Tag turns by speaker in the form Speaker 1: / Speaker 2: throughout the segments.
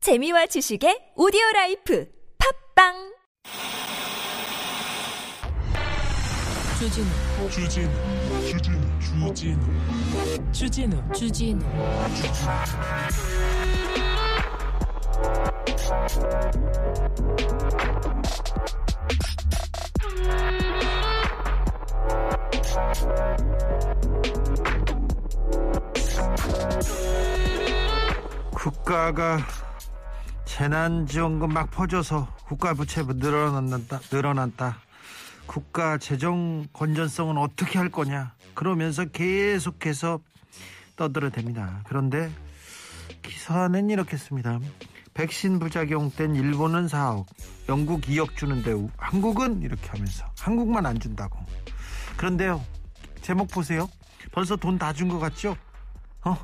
Speaker 1: 재미와 지식의 오디오 라이프 팝빵
Speaker 2: 주진우
Speaker 3: 주진우
Speaker 4: 아, 그렇죠.
Speaker 3: 주진우 주진우
Speaker 2: 주진우 주진우
Speaker 4: 국가가 재난지원금 막 퍼져서 국가 부채 늘어난다, 늘어난다. 국가 재정 건전성은 어떻게 할 거냐. 그러면서 계속해서 떠들어댑니다. 그런데 기사는 이렇게 씁니다. 백신 부작용 땐 일본은 4억, 영국 2억 주는데 우- 한국은 이렇게 하면서 한국만 안 준다고. 그런데요, 제목 보세요. 벌써 돈 다 준 것 같죠? 어?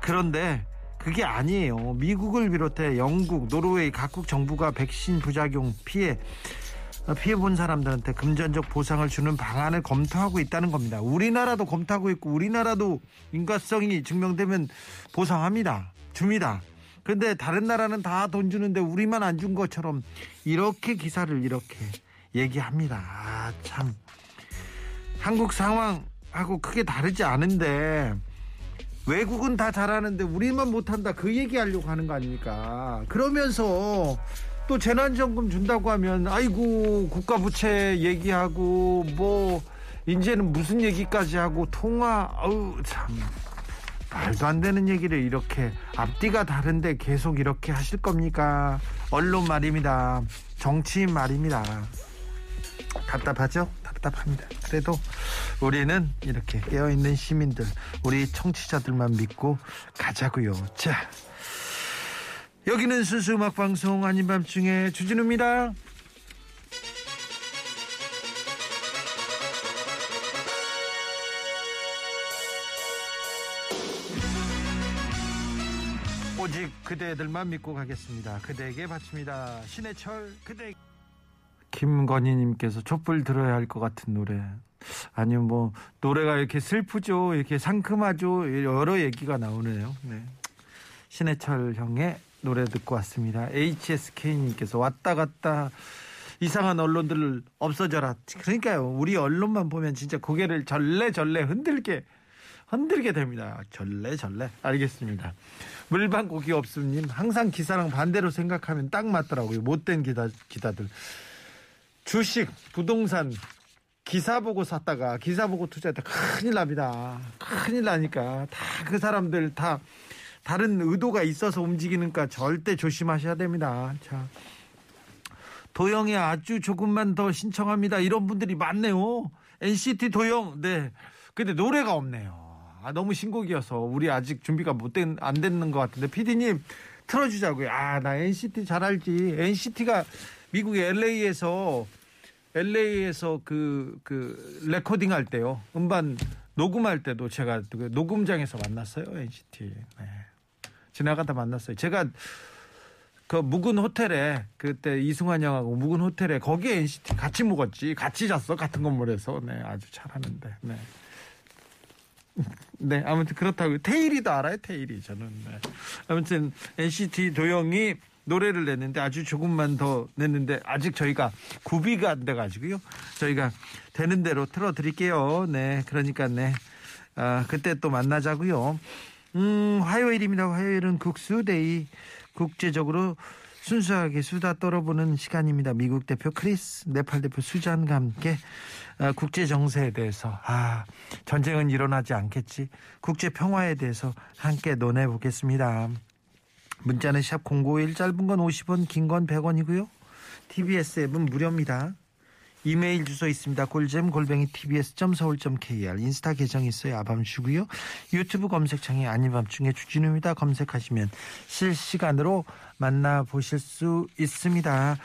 Speaker 4: 그런데 그게 아니에요. 미국을 비롯해 영국, 노르웨이 각국 정부가 백신 부작용 피해 피해 본 사람들한테 금전적 보상을 주는 방안을 검토하고 있다는 겁니다. 우리나라도 검토하고 있고 우리나라도 인과성이 증명되면 보상합니다. 줍니다. 근데 다른 나라는 다 돈 주는데 우리만 안 준 것처럼 이렇게 기사를 이렇게 얘기합니다. 아, 참. 한국 상황하고 크게 다르지 않은데 외국은 다 잘하는데 우리만 못한다 그 얘기하려고 하는 거 아닙니까 그러면서 또 재난지원금 준다고 하면 아이고 국가부채 얘기하고 뭐 이제는 무슨 얘기까지 하고 통화 아우 참 말도 안 되는 얘기를 이렇게 앞뒤가 다른데 계속 이렇게 하실 겁니까 언론 말입니다 정치인 말입니다 답답하죠? 답답합니다. 그래도 우리는 이렇게 깨어있는 시민들, 우리 청취자들만 믿고 가자고요. 자, 여기는 순수 음악 방송 아닌 밤중에 주진우입니다. 오직 그대들만 믿고 가겠습니다. 그대에게 바칩니다. 신해철 그대. 김건희님께서 촛불 들어야 할 것 같은 노래. 아니면 뭐 노래가 이렇게 슬프죠, 이렇게 상큼하죠, 여러 얘기가 나오네요. 네. 신해철 형의 노래 듣고 왔습니다. HSK님께서 왔다 갔다 이상한 언론들 없어져라. 그러니까요, 우리 언론만 보면 진짜 고개를 절레절레 흔들게 흔들게 됩니다. 절레 절레. 알겠습니다. 물방 고기 없음님 항상 기사랑 반대로 생각하면 딱 맞더라고요. 못된 기다, 기다들. 주식, 부동산 기사 보고 샀다가 기사 보고 투자했다 가 큰일 납니다. 큰일 나니까 다 그 사람들 다 다른 의도가 있어서 움직이니까 절대 조심하셔야 됩니다. 자. 도영이 아주 조금만 더 신청합니다. 이런 분들이 많네요. NCT 도영. 네. 근데 노래가 없네요. 아, 너무 신곡이어서 우리 아직 준비가 못된안 됐는 것 같은데 PD님 틀어주자고요. 아, 나 NCT 잘 알지. NCT가 미국의 LA에서 LA에서 그, 그, 레코딩 할 때요. 음반 녹음할 때도 제가 그 녹음장에서 만났어요. NCT. 네. 지나가다 만났어요. 제가 그 묵은 호텔에 그때 이승환 형하고 묵은 호텔에 거기에 NCT 같이 묵었지 같이 잤어 같은 건물에서 네 아주 잘하는데 네, 네 아무튼 그렇다고 테일이도 알아요 테일이 저는 네. 아무튼 NCT 도영이 노래를 냈는데 아주 조금만 더 냈는데 아직 저희가 구비가 안 돼가지고요 저희가 되는 대로 틀어드릴게요 네 그러니까 네 아, 그때 또 만나자고요. 음, 화요일입니다. 화요일은 국수데이. 국제적으로 순수하게 수다 떨어보는 시간입니다. 미국 대표 크리스, 네팔 대표 수잔과 함께 아, 국제 정세에 대해서 아 전쟁은 일어나지 않겠지. 국제 평화에 대해서 함께 논해 보겠습니다. 문자는 샵 #051 짧은 건 50원, 긴 건 100원이고요. TBS 앱은 무료입니다. 이메일 주소 있습니다. 골잼 골뱅이 tbs.서울.kr 인스타 계정 있어요. 아밤주고요. 유튜브 검색창에 아니밤중에 주진우입니다. 검색하시면 실시간으로 만나보실 수 있습니다.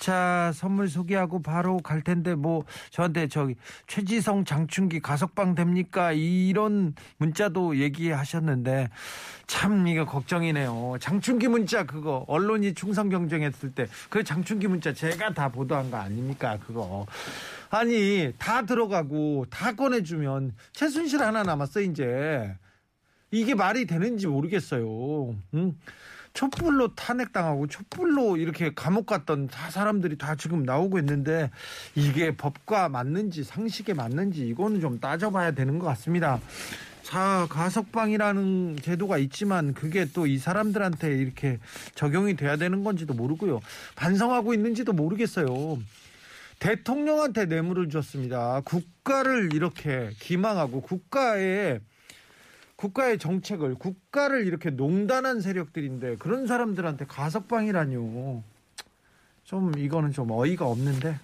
Speaker 4: 자 선물 소개하고 바로 갈 텐데 뭐 저한테 저기 최지성 장충기 가석방 됩니까 이런 문자도 얘기하셨는데 참 이거 걱정이네요 장충기 문자 그거 언론이 충성 경쟁했을 때 그 장충기 문자 제가 다 보도한 거 아닙니까 그거 아니 다 들어가고 다 꺼내주면 최순실 하나 남았어 이제 이게 말이 되는지 모르겠어요. 응? 촛불로 탄핵당하고 촛불로 이렇게 감옥 갔던 다 사람들이 다 지금 나오고 있는데 이게 법과 맞는지 상식에 맞는지 이거는 좀 따져봐야 되는 것 같습니다. 자 가석방이라는 제도가 있지만 그게 또 이 사람들한테 이렇게 적용이 돼야 되는 건지도 모르고요 반성하고 있는지도 모르겠어요. 대통령한테 뇌물을 줬습니다. 국가를 이렇게 기망하고 국가의 국가의 정책을 국가를 이렇게 농단한 세력들인데 그런 사람들한테 가석방이라뇨. 좀 이거는 좀 어이가 없는데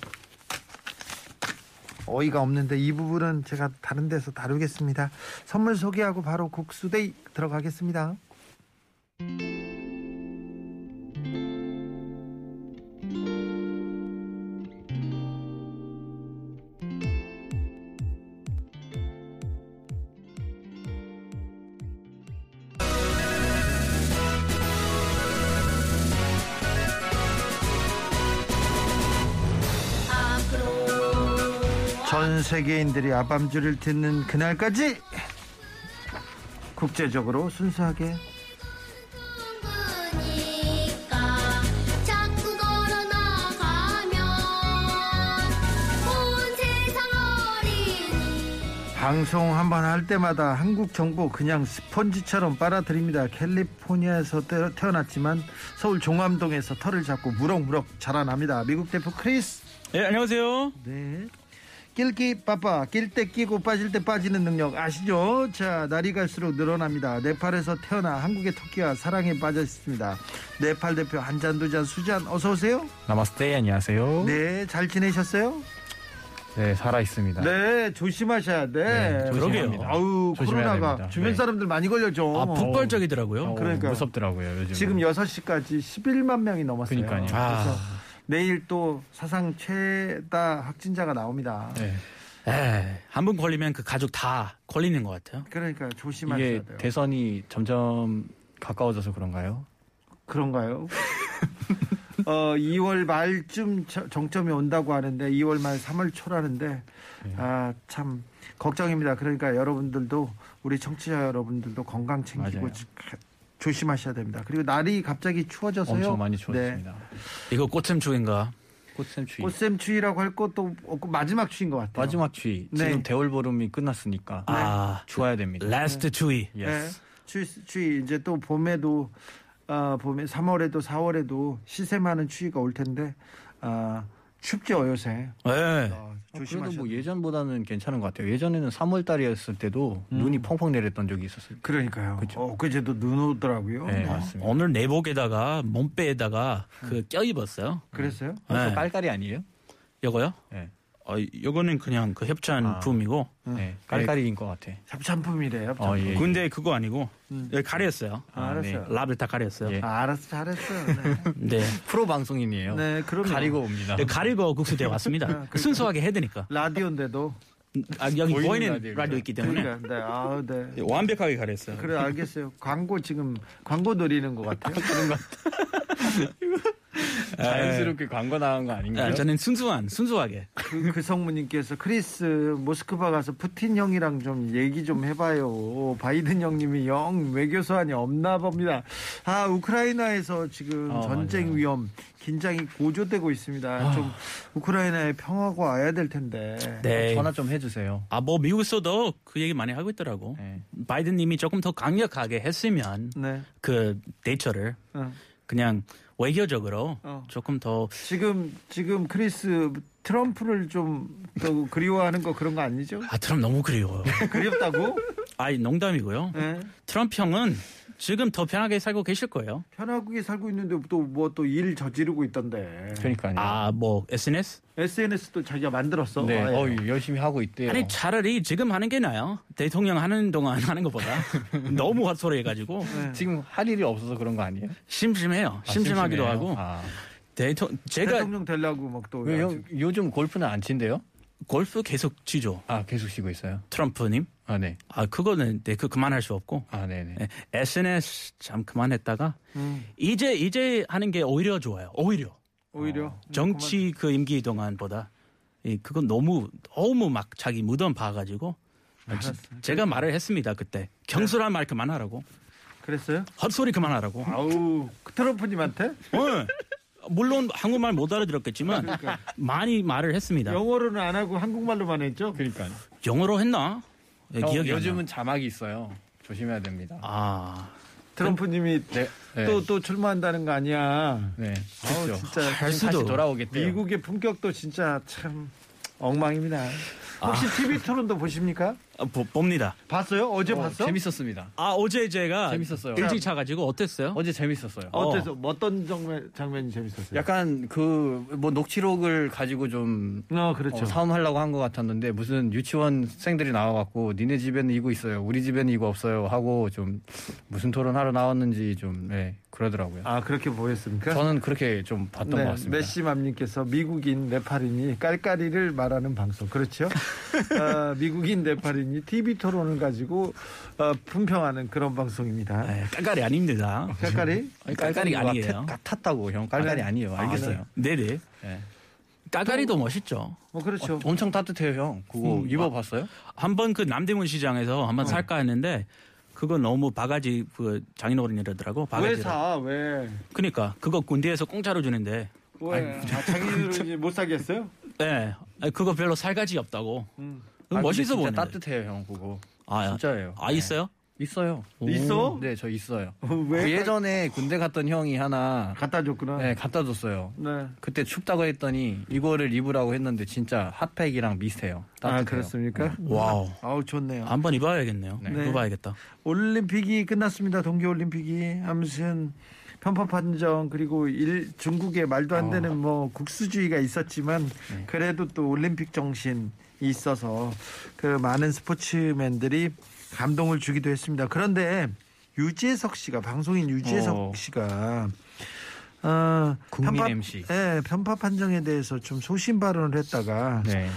Speaker 4: 어이가 없는데 이 부분은 제가 다른 데서 다루겠습니다. 선물 소개하고 바로 국수데이 들어가겠습니다.
Speaker 5: 아,
Speaker 4: 전 세계인들이 아밤주를 듣는 그날까지 국제적으로 순수하게
Speaker 5: 그니까 그러니까 자꾸 걸어 나가면 온 세상 어린이
Speaker 4: 방송 한번 할 때마다 한국 정보 그냥 스펀지처럼 빨아들입니다. 캘리포니아에서 태- 태어났지만 서울 종암동에서 털을 잡고 무럭무럭 자라납니다. 미국 대표 크리스.
Speaker 6: 예,
Speaker 7: 네, 안녕하세요.
Speaker 4: 네. 낄기 빠빠 낄 때 끼고 빠질 때 빠지는 능력 아시죠? 자 날이 갈수록 늘어납니다. 네팔에서 태어나 한국의 토끼와 사랑에 빠져 있습니다. 네팔 대표 한 잔 두 잔 수잔 어서 오세요.
Speaker 7: 나마스테 안녕하세요. 네,
Speaker 4: 네 잘 지내셨어요?
Speaker 7: 살아 있습니다.
Speaker 4: 네 조심하셔야 돼.
Speaker 7: 네, 조심합니다.
Speaker 4: 아우
Speaker 7: 조심해야
Speaker 4: 코로나가
Speaker 7: 됩니다.
Speaker 4: 주변
Speaker 7: 네.
Speaker 4: 사람들 많이 걸렸죠.
Speaker 6: 아, 폭발적이더라고요.
Speaker 7: 어,
Speaker 4: 그러니까요.
Speaker 7: 무섭더라고요 요즘.
Speaker 4: 지금 6시까지 11만 명이 넘었어요.
Speaker 6: 아,
Speaker 7: 그러니까요. 아.
Speaker 4: 그래서 내일 또 사상 최다 확진자가 나옵니다.
Speaker 7: 네.
Speaker 6: 한 번 걸리면 그 가족 다 걸리는 것 같아요.
Speaker 4: 그러니까 조심하셔야
Speaker 7: 이게
Speaker 4: 돼요.
Speaker 7: 대선이 점점 가까워져서 그런가요?
Speaker 4: 그런가요? 어, 2월 말쯤 저- 정점이 온다고 하는데 2월 말 3월 초라는데
Speaker 7: 예.
Speaker 4: 아, 참 걱정입니다. 그러니까 여러분들도 우리 청취자 여러분들도 건강 챙기고
Speaker 7: 맞아요.
Speaker 4: 지- 조심하셔야 됩니다. 그리고 날이 갑자기 추워져서요.
Speaker 7: 엄청 많이
Speaker 4: 네.
Speaker 7: 추워졌습니다.
Speaker 6: 이거 꽃샘추인가?
Speaker 7: 꽃샘 추위.
Speaker 4: 꽃샘 추위라고 할 것도 없고 마지막 추위인 것 같아요.
Speaker 7: 마지막 추위.
Speaker 4: 네.
Speaker 7: 지금 대월보름이 끝났으니까
Speaker 6: 아,
Speaker 7: 추워야 됩니다.
Speaker 6: 라스트 추위.
Speaker 4: 네.
Speaker 7: 예스.
Speaker 4: 추위, 추위 이제 또 봄에도 아 봄에 3월에도 4월에도 시샘하는 추위가 올 텐데 아 춥죠 요새.
Speaker 6: 예.
Speaker 4: 아,
Speaker 7: 그래도
Speaker 4: 조심하셔.
Speaker 7: 뭐 예전보다는 괜찮은 것 같아요. 예전에는 3월 달이었을 때도 눈이 펑펑 내렸던 적이 있었어요.
Speaker 4: 그러니까요.
Speaker 7: 그쵸.
Speaker 4: 어, 그제도 눈 오더라고요.
Speaker 7: 네,
Speaker 4: 어.
Speaker 7: 맞습니다.
Speaker 6: 오늘 내복에다가 몸빼에다가 그 껴입었어요.
Speaker 4: 그랬어요?
Speaker 7: 그래서
Speaker 6: 네.
Speaker 7: 깔깔이 아니에요?
Speaker 6: 요거요?
Speaker 7: 네.
Speaker 6: 어, 요거는 그냥 그 협찬
Speaker 7: 아.
Speaker 6: 품이고.
Speaker 7: 네. 깔깔이인 것 같아.
Speaker 4: 잡찬품이래요. 잡찬품.
Speaker 7: 어, 예.
Speaker 6: 근데 그거 아니고 여기 가렸어요.
Speaker 4: 아, 알았어요.
Speaker 6: 랍을 다 가렸어요.
Speaker 7: 예.
Speaker 4: 아, 알았어, 잘했어요. 네,
Speaker 6: 네. 예,
Speaker 7: 프로 방송인이에요.
Speaker 4: 네 그럼
Speaker 7: 가리고 옵니다.
Speaker 6: 가리고 국수대 왔습니다. 순수하게 해드니까.
Speaker 4: 라디오인데도
Speaker 6: 아, 여기
Speaker 7: 보이는
Speaker 6: 보이는
Speaker 7: 라디오입니다.
Speaker 6: 라디오 있기 때문에
Speaker 4: 그러니까 네, 아, 네.
Speaker 6: 완벽하게 가렸어요.
Speaker 4: 그래 알겠어요. 광고 지금 광고 노리는 것 같아요.
Speaker 7: 네. 자연스럽게 광고 나간 거 아닌가요?
Speaker 6: 아, 저는 순수한 순수하게
Speaker 4: 그, 그 성무님께서 크리스 모스크바 가서 푸틴 형이랑 좀 얘기 좀 해봐요. 바이든 형님이 영 외교 소환이 없나 봅니다. 아 우크라이나에서 지금
Speaker 7: 어,
Speaker 4: 전쟁
Speaker 7: 맞아요. 아.
Speaker 4: 위험 긴장이 고조되고 있습니다. 좀 우크라이나에 평화가 와야 될 텐데.
Speaker 6: 네.
Speaker 7: 전화 좀 해주세요.
Speaker 6: 아 뭐 미국에서도 그 얘기 많이 하고 있더라고.
Speaker 7: 네.
Speaker 6: 바이든님이 조금 더 강력하게 했으면
Speaker 4: 네.
Speaker 6: 그 대처를
Speaker 4: 어.
Speaker 6: 그냥 외교적으로
Speaker 4: 어.
Speaker 6: 조금 더
Speaker 4: 지금 지금 크리스 트럼프를 좀 또 그리워하는 거 그런 거 아니죠?
Speaker 6: 아, 트럼프 너무 그리워요.
Speaker 4: 그립다고?
Speaker 6: 아이, 농담이고요.
Speaker 7: 예.
Speaker 4: 네.
Speaker 6: 트럼프 형은 지금 더 편하게 살고 계실 거예요.
Speaker 4: 편하게 살고 있는데 또 뭐 또 일 저지르고 있던데.
Speaker 7: 그러니까요.
Speaker 6: 아, 뭐, SNS?
Speaker 4: SNS도 자기가 만들었어.
Speaker 7: 네,
Speaker 4: 아, 예.
Speaker 7: 어, 열심히 하고 있대요.
Speaker 6: 아니, 차라리 지금 하는 게 나아요. 대통령 하는 동안 하는 것보다. 너무 헛소리 해가지고.
Speaker 7: 지금 할 일이 없어서 그런 거 예. 아니에요?
Speaker 6: 심심해요. 심심하기도
Speaker 7: 심심해요?
Speaker 6: 하고.
Speaker 7: 아.
Speaker 6: 대통, 제가
Speaker 4: 대통령 되려고 막또
Speaker 7: 그러니까 왜 형, 요즘 골프는 안 친대요?
Speaker 6: 골프 계속 치죠.
Speaker 7: 아, 계속 쉬고 있어요.
Speaker 6: 트럼프님.
Speaker 7: 아, 네.
Speaker 6: 아, 그거는, 네, 그 그만할 수 없고.
Speaker 7: 아, 네네.
Speaker 6: 네, SNS 참 그만했다가.
Speaker 7: 음.
Speaker 6: 이제, 이제 하는 게 오히려 좋아요. 오히려.
Speaker 4: 오히려
Speaker 7: 어. 네,
Speaker 6: 정치 그 임기 동안보다 이 그건 너무 너무 막 자기
Speaker 7: 네.
Speaker 6: 무덤 봐가지고 아, 지- 제가 말을 했습니다 그때 경솔한 말 그만하라고
Speaker 4: 그랬어요?
Speaker 6: 헛소리 그만하라고.
Speaker 4: 아우 트럼프님한테
Speaker 6: 어. 물론 한국말 못 알아들었겠지만
Speaker 7: 그러니까.
Speaker 6: 많이 말을 했습니다.
Speaker 4: 영어로는 안 하고 한국말로만 했죠.
Speaker 7: 네. 그러니까
Speaker 6: 영어로 했나? 예, 네, 기억이 안 나.
Speaker 7: 어, 요즘은 자막이 있어요. 조심해야 됩니다.
Speaker 6: 아
Speaker 4: 트럼프님이
Speaker 7: 네, 네.
Speaker 4: 또 또 출마한다는 거 아니야.
Speaker 7: 네,
Speaker 4: 아우,
Speaker 7: 그렇죠.
Speaker 4: 진짜
Speaker 6: 할
Speaker 7: 지금
Speaker 6: 수도
Speaker 7: 다시 돌아오겠대요.
Speaker 4: 미국의 품격도 진짜 참 엉망입니다.
Speaker 7: 아.
Speaker 4: 혹시 TV 토론도 보십니까?
Speaker 6: 아, 보- 봅니다.
Speaker 4: 봤어요? 어제
Speaker 7: 어,
Speaker 4: 봤어?
Speaker 7: 재밌었습니다.
Speaker 6: 아 어제 제가
Speaker 7: 재밌었어요.
Speaker 6: 일찍 차가지고 어땠어요?
Speaker 7: 어제 재밌었어요.
Speaker 4: 어때서 어떤 장면, 장면이 재밌었어요?
Speaker 7: 약간 그 뭐 녹취록을 가지고 좀
Speaker 4: 어 그렇죠.
Speaker 7: 어, 사움하려고 한 것 같았는데 무슨 유치원생들이 나와갖고 니네 집에는 이거 있어요, 우리 집에는 이거 없어요 하고 좀 무슨 토론하러 나왔는지 좀 예, 그러더라고요.
Speaker 4: 아 그렇게 보였습니까? 네,
Speaker 7: 저는 그렇게 좀 봤던
Speaker 6: 네,
Speaker 7: 것 같습니다.
Speaker 4: 메시맘님께서 미국인 네팔인이 깔깔이를 말하는 방송 그렇죠? 어, 미국인 네팔인이 TV 토론을 가지고 어, 품평하는 그런
Speaker 7: 아,
Speaker 4: 방송입니다.
Speaker 6: 에, 예, 깔깔이 아닙니다.
Speaker 4: 깔깔이?
Speaker 7: 아니,
Speaker 6: 깔깔이가
Speaker 7: 같-
Speaker 6: 아니에요.
Speaker 7: 같았다고 형 깔깔이 아니에요. 알겠어요.
Speaker 6: 네네.
Speaker 7: 예.
Speaker 6: 깔깔이도 멋있죠.
Speaker 4: 뭐 그렇죠.
Speaker 7: 엄청 따뜻해요 형. 음, 아, 그거 입어봤어요?
Speaker 6: 한번 그 남대문 시장에서
Speaker 7: 어.
Speaker 6: 한번 살까 했는데 그건 너무 바가지 그 장인어른이라더라고.
Speaker 4: 왜
Speaker 6: 바가지.
Speaker 4: 사? 왜?
Speaker 6: 그러니까 그거 군대에서 공짜로 주는데.
Speaker 4: 왜? 아, 자기들은 이제 못 사겠어요?
Speaker 6: 예. 아, 그거 별로 살가지 없다고.
Speaker 4: 음.
Speaker 6: 그거
Speaker 7: 아,
Speaker 6: 멋있어
Speaker 7: 근데
Speaker 6: 보이는데.
Speaker 7: 진짜 따뜻해요 형 그거.
Speaker 6: 아,
Speaker 7: 진짜예요.
Speaker 6: 아
Speaker 7: 네.
Speaker 6: 있어요?
Speaker 7: 있어요.
Speaker 4: 있어?
Speaker 7: 네, 저 있어요.
Speaker 4: 왜?
Speaker 7: 그 예전에 군대 갔던 형이 하나
Speaker 4: 갖다
Speaker 6: 아.
Speaker 4: 줬구나.
Speaker 7: 네, 갖다 줬어요.
Speaker 4: 네.
Speaker 7: 그때 춥다고 했더니 이거를 입으라고 했는데 진짜 핫팩이랑 비슷해요. 따뜻해요. 네.
Speaker 4: 아 그렇습니까?
Speaker 7: 음.
Speaker 6: 와우.
Speaker 4: 아우 좋네요.
Speaker 6: 한번 입어야겠네요.
Speaker 4: 네.
Speaker 6: 입어봐야겠다.
Speaker 4: 올림픽이 끝났습니다. 동계올림픽이 아무튼 편파 판정 그리고 일, 중국의 말도
Speaker 7: 아.
Speaker 4: 안 되는 뭐 국수주의가 있었지만
Speaker 7: 네.
Speaker 4: 그래도 또 올림픽 정신이 있어서 그 많은 스포츠맨들이 감동을 주기도 했습니다. 그런데 유재석 씨가 방송인 유재석
Speaker 7: 어.
Speaker 4: 씨가 어,
Speaker 7: 국민 MC.
Speaker 4: 예, 편파 판정에 대해서 좀 소신 발언을 했다가
Speaker 7: 네.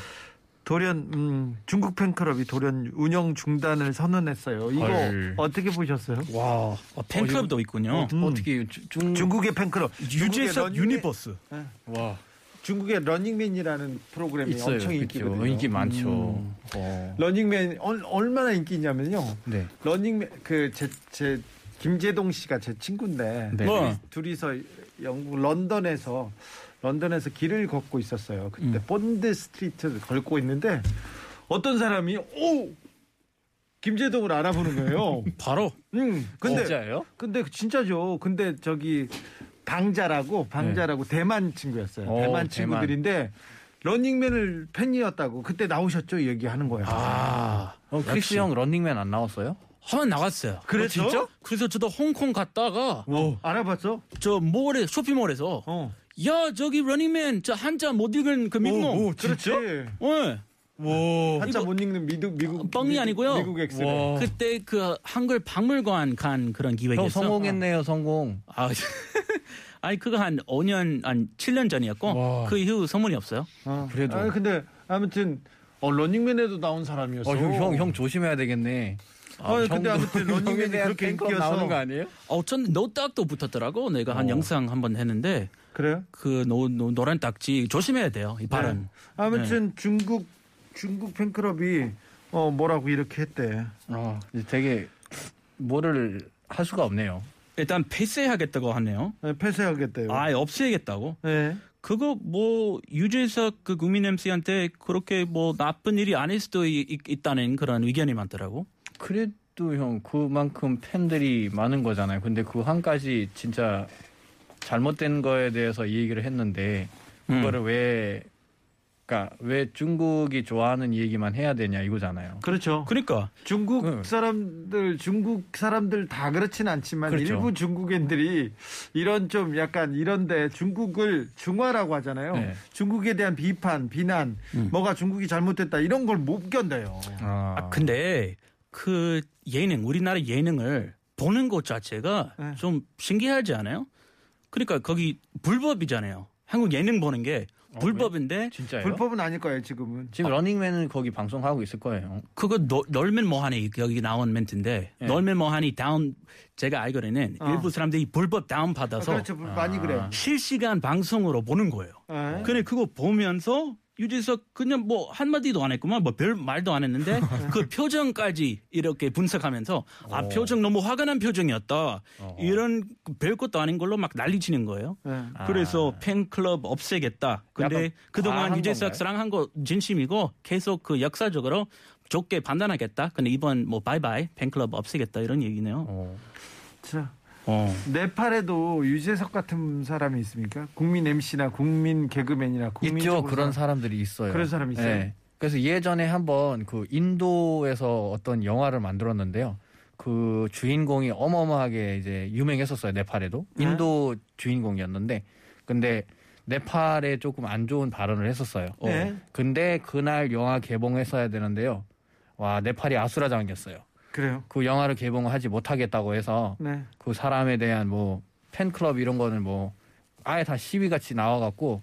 Speaker 4: 돌연 음, 중국 팬클럽이 돌연 운영 중단을 선언했어요. 이거
Speaker 7: 헐.
Speaker 4: 어떻게 보셨어요?
Speaker 6: 와. 아, 팬클럽도 있군요.
Speaker 4: 음.
Speaker 7: 어, 어떻게 주- 중,
Speaker 4: 중국의 팬클럽
Speaker 6: 유재석
Speaker 4: 중국의 런닝맨- 예.
Speaker 6: 유니버스.
Speaker 7: 와
Speaker 4: 중국의 러닝맨이라는 프로그램이
Speaker 7: 있어요.
Speaker 4: 엄청
Speaker 7: 그렇죠.
Speaker 4: 인기거든요. 음.
Speaker 7: 인기 많죠. 어.
Speaker 4: 러닝맨 얼, 얼마나 인기냐면요.
Speaker 7: 네.
Speaker 4: 러닝맨 그 제 제 김재동 씨가 제 친구인데
Speaker 7: 네.
Speaker 6: 뭐.
Speaker 4: 둘이서 영국 런던에서 런던에서 길을 걷고 있었어요. 그때 본드 스트리트를 걸고 있는데 어떤 사람이 오 김재동을 알아보는 거예요.
Speaker 6: 바로
Speaker 4: 음, 근데
Speaker 7: 진짜예요?
Speaker 4: 근데 진짜죠. 근데 저기 방자라고 방자라고 대만 친구였어요.
Speaker 7: 오,
Speaker 4: 대만
Speaker 7: 대만.
Speaker 4: 친구들인데 런닝맨을 팬이었다고 그때 나오셨죠 얘기하는 거예요.
Speaker 6: 아.
Speaker 7: 어, 크리스 형 런닝맨 안 나왔어요?
Speaker 6: 한번 나갔어요.
Speaker 4: 그랬죠?
Speaker 6: 어, 진짜? 그래서 저도 홍콩 갔다가
Speaker 4: 알아봤어?
Speaker 6: 저 몰에 쇼핑몰에서
Speaker 4: 어.
Speaker 6: 야 저기 러닝맨 저 한자 못 읽은 그 민놈.
Speaker 7: 그렇죠.
Speaker 4: 그렇지.
Speaker 6: 예.
Speaker 4: 한자 못 읽는 미국 미국
Speaker 6: 뻥이
Speaker 4: 미국-
Speaker 6: 아니고요.
Speaker 4: 미국 엑스.
Speaker 6: 그때 그 한글 박물관 간 그런
Speaker 7: 형
Speaker 6: 기획이었어.
Speaker 7: 성공했네요 성공.
Speaker 6: 아, 아니 그거 한 5년 한 7년 전이었고 그 이후 소문이 없어요.
Speaker 4: 어.
Speaker 7: 그래도.
Speaker 4: 아니, 근데 아무튼 어, 런닝맨에도 나온 사람이었어.
Speaker 7: 어, 형, 형, 형 조심해야 되겠네.
Speaker 4: 아, 근데 아무튼 런닝맨이 그렇게 인기여서
Speaker 7: 나오는 거 아니에요?
Speaker 6: 어쩐 노딱도 붙었더라고. 내가
Speaker 7: 어.
Speaker 6: 한 영상 한 번 했는데
Speaker 4: 그래요?
Speaker 6: 그 노, 노, 노란 딱지 조심해야 돼요. 이 발언.
Speaker 4: 네. 아무튼 중국 중국 팬클럽이 어 뭐라고 이렇게 했대.
Speaker 7: 어, 되게 뭐를 할 수가 없네요.
Speaker 6: 일단 폐쇄하겠다고 하네요.
Speaker 4: 네, 폐쇄하겠대요.
Speaker 6: 아예 없애겠다고.
Speaker 4: 네.
Speaker 6: 그거 뭐 유재석 그 국민 MC한테 그렇게 뭐 나쁜 일이 아닐 수도 이- 이- 있다는 그런 의견이 많더라고.
Speaker 7: 그래도 형 그만큼 팬들이 많은 거잖아요. 근데 그 한 가지 진짜 잘못된 거에 대해서 이 얘기를 했는데
Speaker 6: 음.
Speaker 7: 그거를 왜 그러니까 왜 중국이 좋아하는 이 얘기만 해야 되냐 이거잖아요.
Speaker 4: 그렇죠.
Speaker 6: 그러니까
Speaker 4: 중국
Speaker 7: 네.
Speaker 4: 사람들 중국 사람들 다 그렇진 않지만
Speaker 7: 그렇죠.
Speaker 4: 일부 중국인들이 이런 좀 약간 이런데 중국을 중화라고 하잖아요.
Speaker 7: 네. 음.
Speaker 4: 중국에 대한 비판, 비난, 뭐가 중국이 잘못됐다 이런 걸 못 견뎌요.
Speaker 6: 아, 근데 그 예능 우리나라 예능을 보는 것 자체가
Speaker 4: 네.
Speaker 6: 좀 신기하지 않아요? 그러니까 거기 불법이잖아요. 한국 예능 보는 게 불법인데
Speaker 7: 진짜요?
Speaker 4: 불법은 아닐 거예요 지금은.
Speaker 7: 지금 러닝맨은 거기 방송하고 있을 거예요.
Speaker 6: 그거 너- 널면 뭐하니 여기 나온 멘트인데
Speaker 7: 네.
Speaker 6: 널면 뭐하니 다운 제가 알기로는
Speaker 4: 어.
Speaker 6: 일부 사람들이 불법 다운
Speaker 4: 아,
Speaker 6: 받아서
Speaker 4: 그렇죠 많이 그래요.
Speaker 7: 네.
Speaker 6: 실시간 방송으로 보는 거예요.
Speaker 4: 예.
Speaker 6: 근데 그거 보면서 유재석 그냥 뭐 한마디도 안 했구만 뭐 별 말도 안 했는데 그 표정까지 이렇게 분석하면서 아
Speaker 7: 오.
Speaker 6: 표정 너무 화가 난 표정이었다
Speaker 7: 어. 어허.
Speaker 6: 이런 별 것도 아닌 걸로 막 난리치는 거예요.
Speaker 4: 네.
Speaker 6: 그래서 팬클럽 없애겠다. 근데
Speaker 7: 아. 약간
Speaker 6: 그동안
Speaker 7: 과한
Speaker 6: 유재석
Speaker 7: 건가요?
Speaker 6: 사랑한 거 진심이고 계속 그 역사적으로 좋게 판단하겠다. 근데 이번 뭐 바이바이 팬클럽 없애겠다 이런 얘기네요.
Speaker 7: 어.
Speaker 4: 자,
Speaker 6: 어.
Speaker 4: 네팔에도 유재석 같은 사람이 있습니까? 국민 MC나 국민 개그맨이나 국민
Speaker 7: 있죠
Speaker 4: 정보사.
Speaker 7: 그런 사람들이 있어요. 네.
Speaker 4: 그런 사람이 있어요?
Speaker 7: 그래서 예전에 한번 그 인도에서 어떤 영화를 만들었는데요. 그 주인공이 어마어마하게 이제 유명했었어요 네팔에도
Speaker 4: 네.
Speaker 7: 인도 주인공이었는데 근데 네팔에 조금 안 좋은 발언을 했었어요.
Speaker 4: 네.
Speaker 7: 근데 그날 영화 개봉했어야 되는데요. 와 네팔이 아수라장이었어요.
Speaker 4: 그래요.
Speaker 7: 그 영화를 개봉하지 못하겠다고 해서
Speaker 4: 네.
Speaker 7: 그 사람에 대한 뭐 팬클럽 이런 거는 뭐 아예 다 시위 같이 나와갖고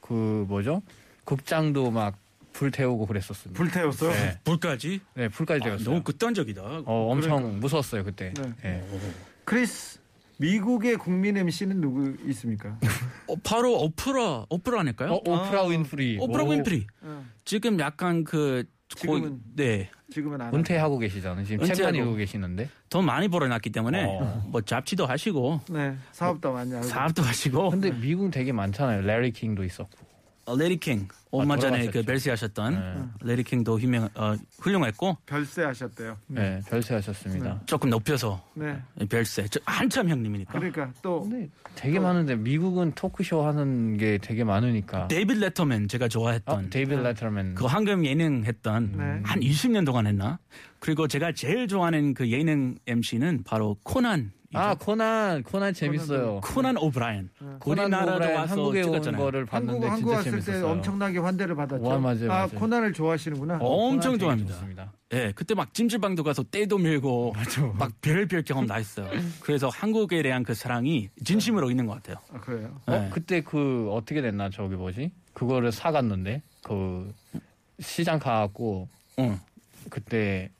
Speaker 7: 그 뭐죠 극장도 막 불태우고 그랬었습니다.
Speaker 4: 불태웠어요.
Speaker 7: 네,
Speaker 6: 불까지?
Speaker 7: 네, 불까지
Speaker 6: 아,
Speaker 7: 되었어요.
Speaker 6: 너무 그러니까. 극단적이다.
Speaker 7: 어, 엄청 무서웠어요 그때.
Speaker 4: 네.
Speaker 7: 네.
Speaker 4: 크리스 미국의 국민 MC는 누구 있습니까?
Speaker 6: 어, 바로 오프라 오프라 아닐까요?
Speaker 7: 어, 오프라 윈프리.
Speaker 6: 오프라
Speaker 7: 오,
Speaker 6: 윈프리
Speaker 4: 어,
Speaker 6: 지금 약간 그 거의-
Speaker 4: 지금은-
Speaker 6: 네.
Speaker 4: 지금은 안.
Speaker 7: 은퇴하고 계시잖아요. 지금 책만
Speaker 6: 은퇴하고.
Speaker 7: 읽고 계시는데.
Speaker 6: 돈 많이 벌어놨기 때문에
Speaker 7: 어.
Speaker 6: 뭐 잡지도 하시고
Speaker 4: 하고. 네. 사업도 많이 알고.
Speaker 6: 사업도 하시고
Speaker 7: 근데 미국 되게 많잖아요. 레리 킹도 있었고.
Speaker 6: 어, 레리 킹 얼마
Speaker 7: 아,
Speaker 6: 전에 그
Speaker 7: 돌아가셨죠.
Speaker 6: 벨시하셨던 레리 킹도 유명 어, 훌륭했고
Speaker 4: 별세하셨대요.
Speaker 7: 네, 별세하셨습니다.
Speaker 6: 조금 높여서
Speaker 4: 네.
Speaker 6: 별세 저, 한참 형님이니까
Speaker 4: 그러니까 또
Speaker 7: 근데 되게 많은데 미국은 토크쇼 하는 게 되게 많으니까.
Speaker 6: 데이빗 레터맨 제가
Speaker 7: 아,
Speaker 6: 좋아했던
Speaker 7: 데이비드 레터맨.
Speaker 6: 네. 그 황금 예능 했던
Speaker 4: 네.
Speaker 6: 한 20년 동안 했나 그리고 제가 제일 좋아하는 그 예능 MC는 바로 코난
Speaker 7: 아 코난 코난 재밌어요.
Speaker 6: 코난 오브라이언
Speaker 7: 코난
Speaker 6: 우리나라로
Speaker 7: 오브라이언
Speaker 6: 와서
Speaker 7: 한국에 온
Speaker 6: 찍었잖아요.
Speaker 7: 거를
Speaker 4: 한국
Speaker 7: 봤는데
Speaker 4: 한국
Speaker 7: 진짜
Speaker 4: 왔을 때
Speaker 7: 재밌었어요.
Speaker 4: 엄청나게 환대를 받았죠.
Speaker 7: 와, 맞아요,
Speaker 4: 아,
Speaker 7: 맞아요.
Speaker 4: 코난을 좋아하시는구나.
Speaker 6: 어. 엄청
Speaker 7: 코난 되게
Speaker 6: 좋아합니다.
Speaker 7: 좋습니다.
Speaker 6: 예, 그때 막 찜질방도 가서 떼도 밀고 막 별별 경험 다 했어요. 그래서 한국에 대한 그 사랑이 진심으로 있는 것 같아요.
Speaker 4: 아, 그래요.
Speaker 7: 어
Speaker 6: 예.
Speaker 7: 그때 그 어떻게 됐나 저기 뭐지 그거를 사갔는데 그 시장 가갖고
Speaker 6: 응.
Speaker 7: 그때